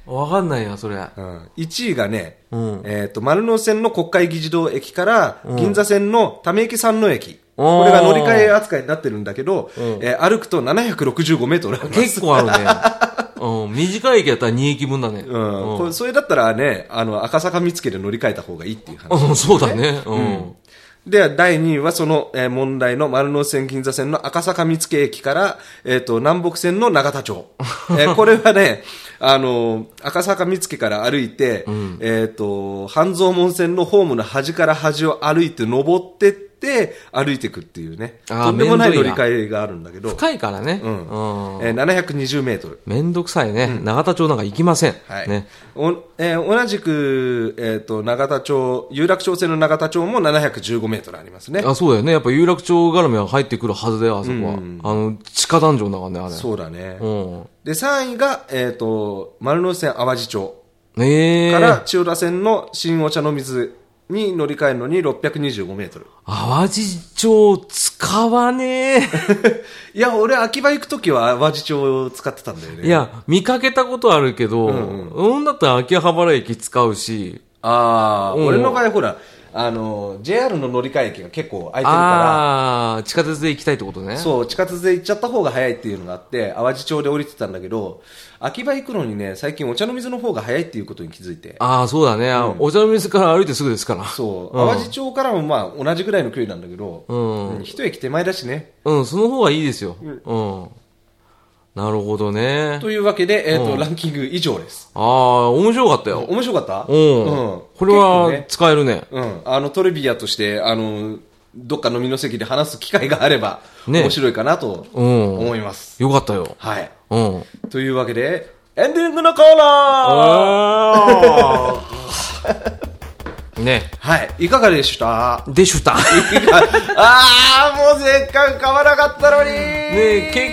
Speaker 1: わかんないや、それ。あ
Speaker 2: うん、1位がね、
Speaker 1: うん
Speaker 2: えっと丸の内線の国会議事堂駅から銀座線のため池山の駅、
Speaker 1: あー
Speaker 2: これが乗り換え扱いになってるんだけど、えー歩くと765メートルあります
Speaker 1: 結構 あるね。うん、短い駅やったら2駅分だね。
Speaker 2: うんこれそれだったらね、あの赤坂見附で乗り換えた方がいいっていう話。
Speaker 1: うん、そうだね。うん。
Speaker 2: で、第2位はその、えー問題の丸の内線銀座線の赤坂見附駅から、えっ、と、南北線の長 田町。えーこれはね、あのー赤坂見附から歩いて、えっ、と、半蔵門線のホームの端から端を歩いて登ってって、歩いていくっていうね。
Speaker 1: あー
Speaker 2: とんでもない
Speaker 1: めん
Speaker 2: 乗
Speaker 1: どい
Speaker 2: り
Speaker 1: な
Speaker 2: 換えがあるんだけど、
Speaker 1: 深いからね。
Speaker 2: うん
Speaker 1: うん。
Speaker 2: えー720メートル。
Speaker 1: めんどくさいね。長田町なんか行きません。
Speaker 2: はい。
Speaker 1: ね。
Speaker 2: おえー同じく、えっ、と、長田町、有楽町線の長田町も715メートルありますね。
Speaker 1: あ、そうだよね。やっぱ有楽町絡みは入ってくるはずだよ、あそこは。あの、地下ダンジョンだからね、あれ。
Speaker 2: そうだね。
Speaker 1: う。
Speaker 2: で、3位が、えっ、と、丸の内線淡路町
Speaker 1: ん。ええ
Speaker 2: から千代田線の新お茶の水に乗り換えるのに625メートル。
Speaker 1: 淡路町使わね
Speaker 2: いや、俺、秋葉行くときは淡路町を使ってたんだよ
Speaker 1: え。
Speaker 2: ね。
Speaker 1: いや、見かけたことあるけど、うんだったら秋葉原駅使うし、
Speaker 2: ああ、
Speaker 1: うん
Speaker 2: 俺の場合ほら、あの、JR の乗り換え駅が結構空いてるか
Speaker 1: ああ、地下鉄で行きたいってことね。
Speaker 2: ら、そう、地下鉄で行っちゃった方が早いっていうのがあって、淡路町で降りてたんだけど、秋葉行くのにね、最近お茶の水の方が早いっていうことに気づいて、
Speaker 1: ああ、そうだね、あお茶の水から歩いてすぐですから。
Speaker 2: そう、淡路町からもまあ同じぐらいの距離なんだけど、
Speaker 1: ん
Speaker 2: うん一駅手前だしね。
Speaker 1: うん、その方がいいですよ。うん。なるほどね。
Speaker 2: というわけで、えっ、と、ランキング以上です。
Speaker 1: ああ、面白かったよ。
Speaker 2: 面白かった
Speaker 1: うん。これ
Speaker 2: 結構ね
Speaker 1: は使えるね。
Speaker 2: うん、あのトレビアとしてあのどっか飲みの席で話す機会があれば、
Speaker 1: ね
Speaker 2: 面白いかなと
Speaker 1: うん
Speaker 2: 思います、
Speaker 1: よかったよ。
Speaker 2: はい、
Speaker 1: うん。
Speaker 2: というわけでエンディングのコーナー
Speaker 1: あー ね。
Speaker 2: はいいかがでした
Speaker 1: でしゅた。
Speaker 2: ああもうせっかく買わなかったのに
Speaker 1: ね結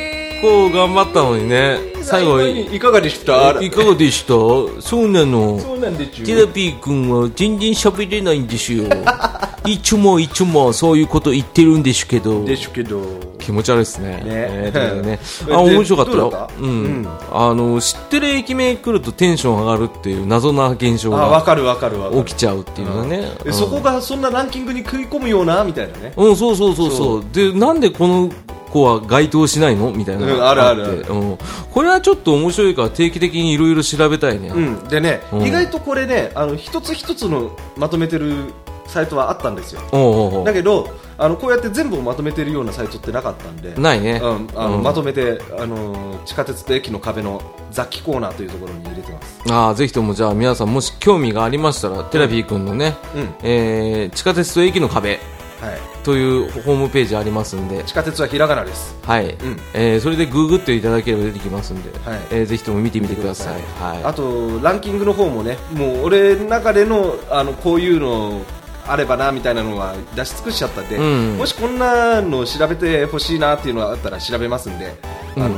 Speaker 1: 構頑張ったのにね。最後、い
Speaker 2: いかがでした
Speaker 1: いかがでしたそうなの。
Speaker 2: そうなんでちゅ
Speaker 1: テラピー君は全然喋れないんです よ。いつもいつもそういうこと言ってるんですけど。
Speaker 2: でしゅけど
Speaker 1: 気持ち悪いですね。えーということで ね
Speaker 2: え
Speaker 1: あ、面白かった
Speaker 2: ど
Speaker 1: よ。
Speaker 2: うだった
Speaker 1: うん、
Speaker 2: うん
Speaker 1: あの、知ってる駅名来るとテンション上がるっていう謎な現象
Speaker 2: あわ
Speaker 1: が
Speaker 2: かるわかるわかる
Speaker 1: 起きちゃうっていうのはね。
Speaker 2: えそこがそんなランキングに食い込むようなみたいなね
Speaker 1: うん、そうそうそうそう。で、なんでこの子は該当しないのみたいなのが
Speaker 2: うんあるある
Speaker 1: ってうん。これはちょっと面白いから定期的にいろいろ調べたいね。
Speaker 2: うん、でね、
Speaker 1: うん
Speaker 2: 意外とこれねあの一つ一つのまとめてるサイトはあったんですよ
Speaker 1: おうおうおう
Speaker 2: だけどあのこうやって全部をまとめてるようなサイトってなかったんで
Speaker 1: ないね。
Speaker 2: うん、あの
Speaker 1: うん
Speaker 2: まとめて、あの地下鉄と駅の壁の雑記コーナーというところに入れてます
Speaker 1: ああぜひともじゃあ皆さんもし興味がありましたらテラビー君のね、
Speaker 2: うん
Speaker 1: えー地下鉄と駅の壁
Speaker 2: はい
Speaker 1: というホームページありますんで、
Speaker 2: 地下鉄はひらがなです
Speaker 1: はい
Speaker 2: ん
Speaker 1: えーそれでググっていただければ出てきますんで、
Speaker 2: はい
Speaker 1: えーぜひとも見てみてください、
Speaker 2: あ
Speaker 1: は
Speaker 2: とランキングの方もねもう俺の中でのあのこういうのあればなみたいなのは出し尽くしちゃったんで、
Speaker 1: うん
Speaker 2: もしこんなの調べてほしいなっていうのがあったら調べますんで、あの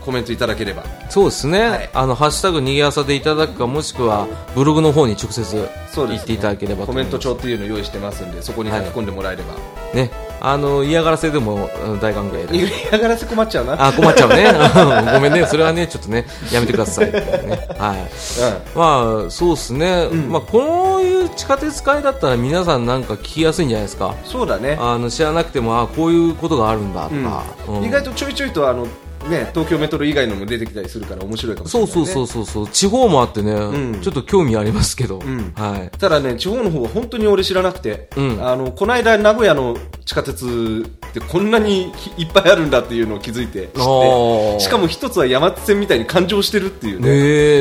Speaker 2: コメントいただければ
Speaker 1: い、そうですね、
Speaker 2: はい
Speaker 1: あの「ハッシュタグ逃げ朝」でいただくかもしくはブログの方に直接
Speaker 2: そうで
Speaker 1: 言っ
Speaker 2: すね
Speaker 1: ていただければと
Speaker 2: コ
Speaker 1: 思
Speaker 2: メ
Speaker 1: いま
Speaker 2: ン
Speaker 1: す
Speaker 2: ト帳っていうの用意してますんでそこに書き込んでもらえれば、
Speaker 1: ねあの嫌がらせでもうん大歓迎で
Speaker 2: 嫌がらせ困っちゃうな
Speaker 1: あ困っちゃうね ごめんねそれはねちょっとねやめてください、ね、はいまあそうですね、まあ、こういう地下鉄会だったら皆さんなんか聞きやすいんじゃないですか
Speaker 2: うん、そうだね、
Speaker 1: あの知らなくてもあこういうことがあるんだとか、
Speaker 2: うん
Speaker 1: うん
Speaker 2: 意外とちょいちょいとあの、ね、東京メトロ以外のも出てきたりするから面白いかもし
Speaker 1: そ
Speaker 2: れな
Speaker 1: う
Speaker 2: い、ね、
Speaker 1: そうそうそうそう地方もあってね、
Speaker 2: ん
Speaker 1: ちょっと興味ありますけど、
Speaker 2: ん
Speaker 1: はい
Speaker 2: ただね地方の方は本当に俺知らなくて、
Speaker 1: うん
Speaker 2: あのこの間名古屋の地下鉄ってこんなにいっぱいあるんだっていうのを気づいて知っ
Speaker 1: あー
Speaker 2: てしかも一つは山手線みたいに環状してるっていうね
Speaker 1: え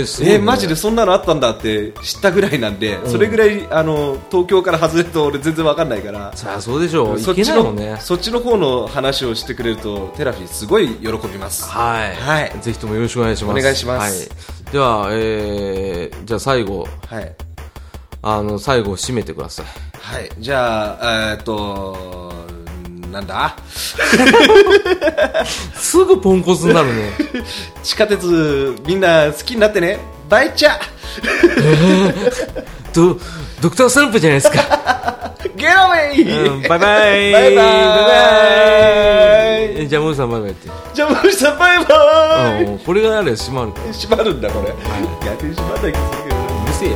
Speaker 1: ー、すごい、ね、
Speaker 2: えーマジでそんなのあったんだって知ったぐらいなんで、それぐらいあの東京から外れると俺全然わかんないから
Speaker 1: そりゃそうでしょう
Speaker 2: そ
Speaker 1: い
Speaker 2: っ
Speaker 1: け
Speaker 2: ち
Speaker 1: ないも
Speaker 2: の、
Speaker 1: んね
Speaker 2: そっちの方の話をしてくれるとテラフィーすごい喜びます
Speaker 1: はい、
Speaker 2: はい
Speaker 1: ぜひともよろしくお願いします
Speaker 2: お願いします
Speaker 1: はい、では、えー、じゃあ最後
Speaker 2: はい、
Speaker 1: あの最後締めてください
Speaker 2: はい、じゃあえーっとなんだ
Speaker 1: すぐポンコツになるね
Speaker 2: 地下鉄みんな好きになってねバイチャ
Speaker 1: ドドクタースランプじゃないですか
Speaker 2: ゲロメ イ、
Speaker 1: うんバイバイ
Speaker 2: バイバイ
Speaker 1: バイバイじゃあ森さんバイバイって
Speaker 2: じゃあ森さんバイバイ、
Speaker 1: うんこれがあれば閉まるからう
Speaker 2: 閉まるんだこれ、逆に閉まんないけど
Speaker 1: るせえよ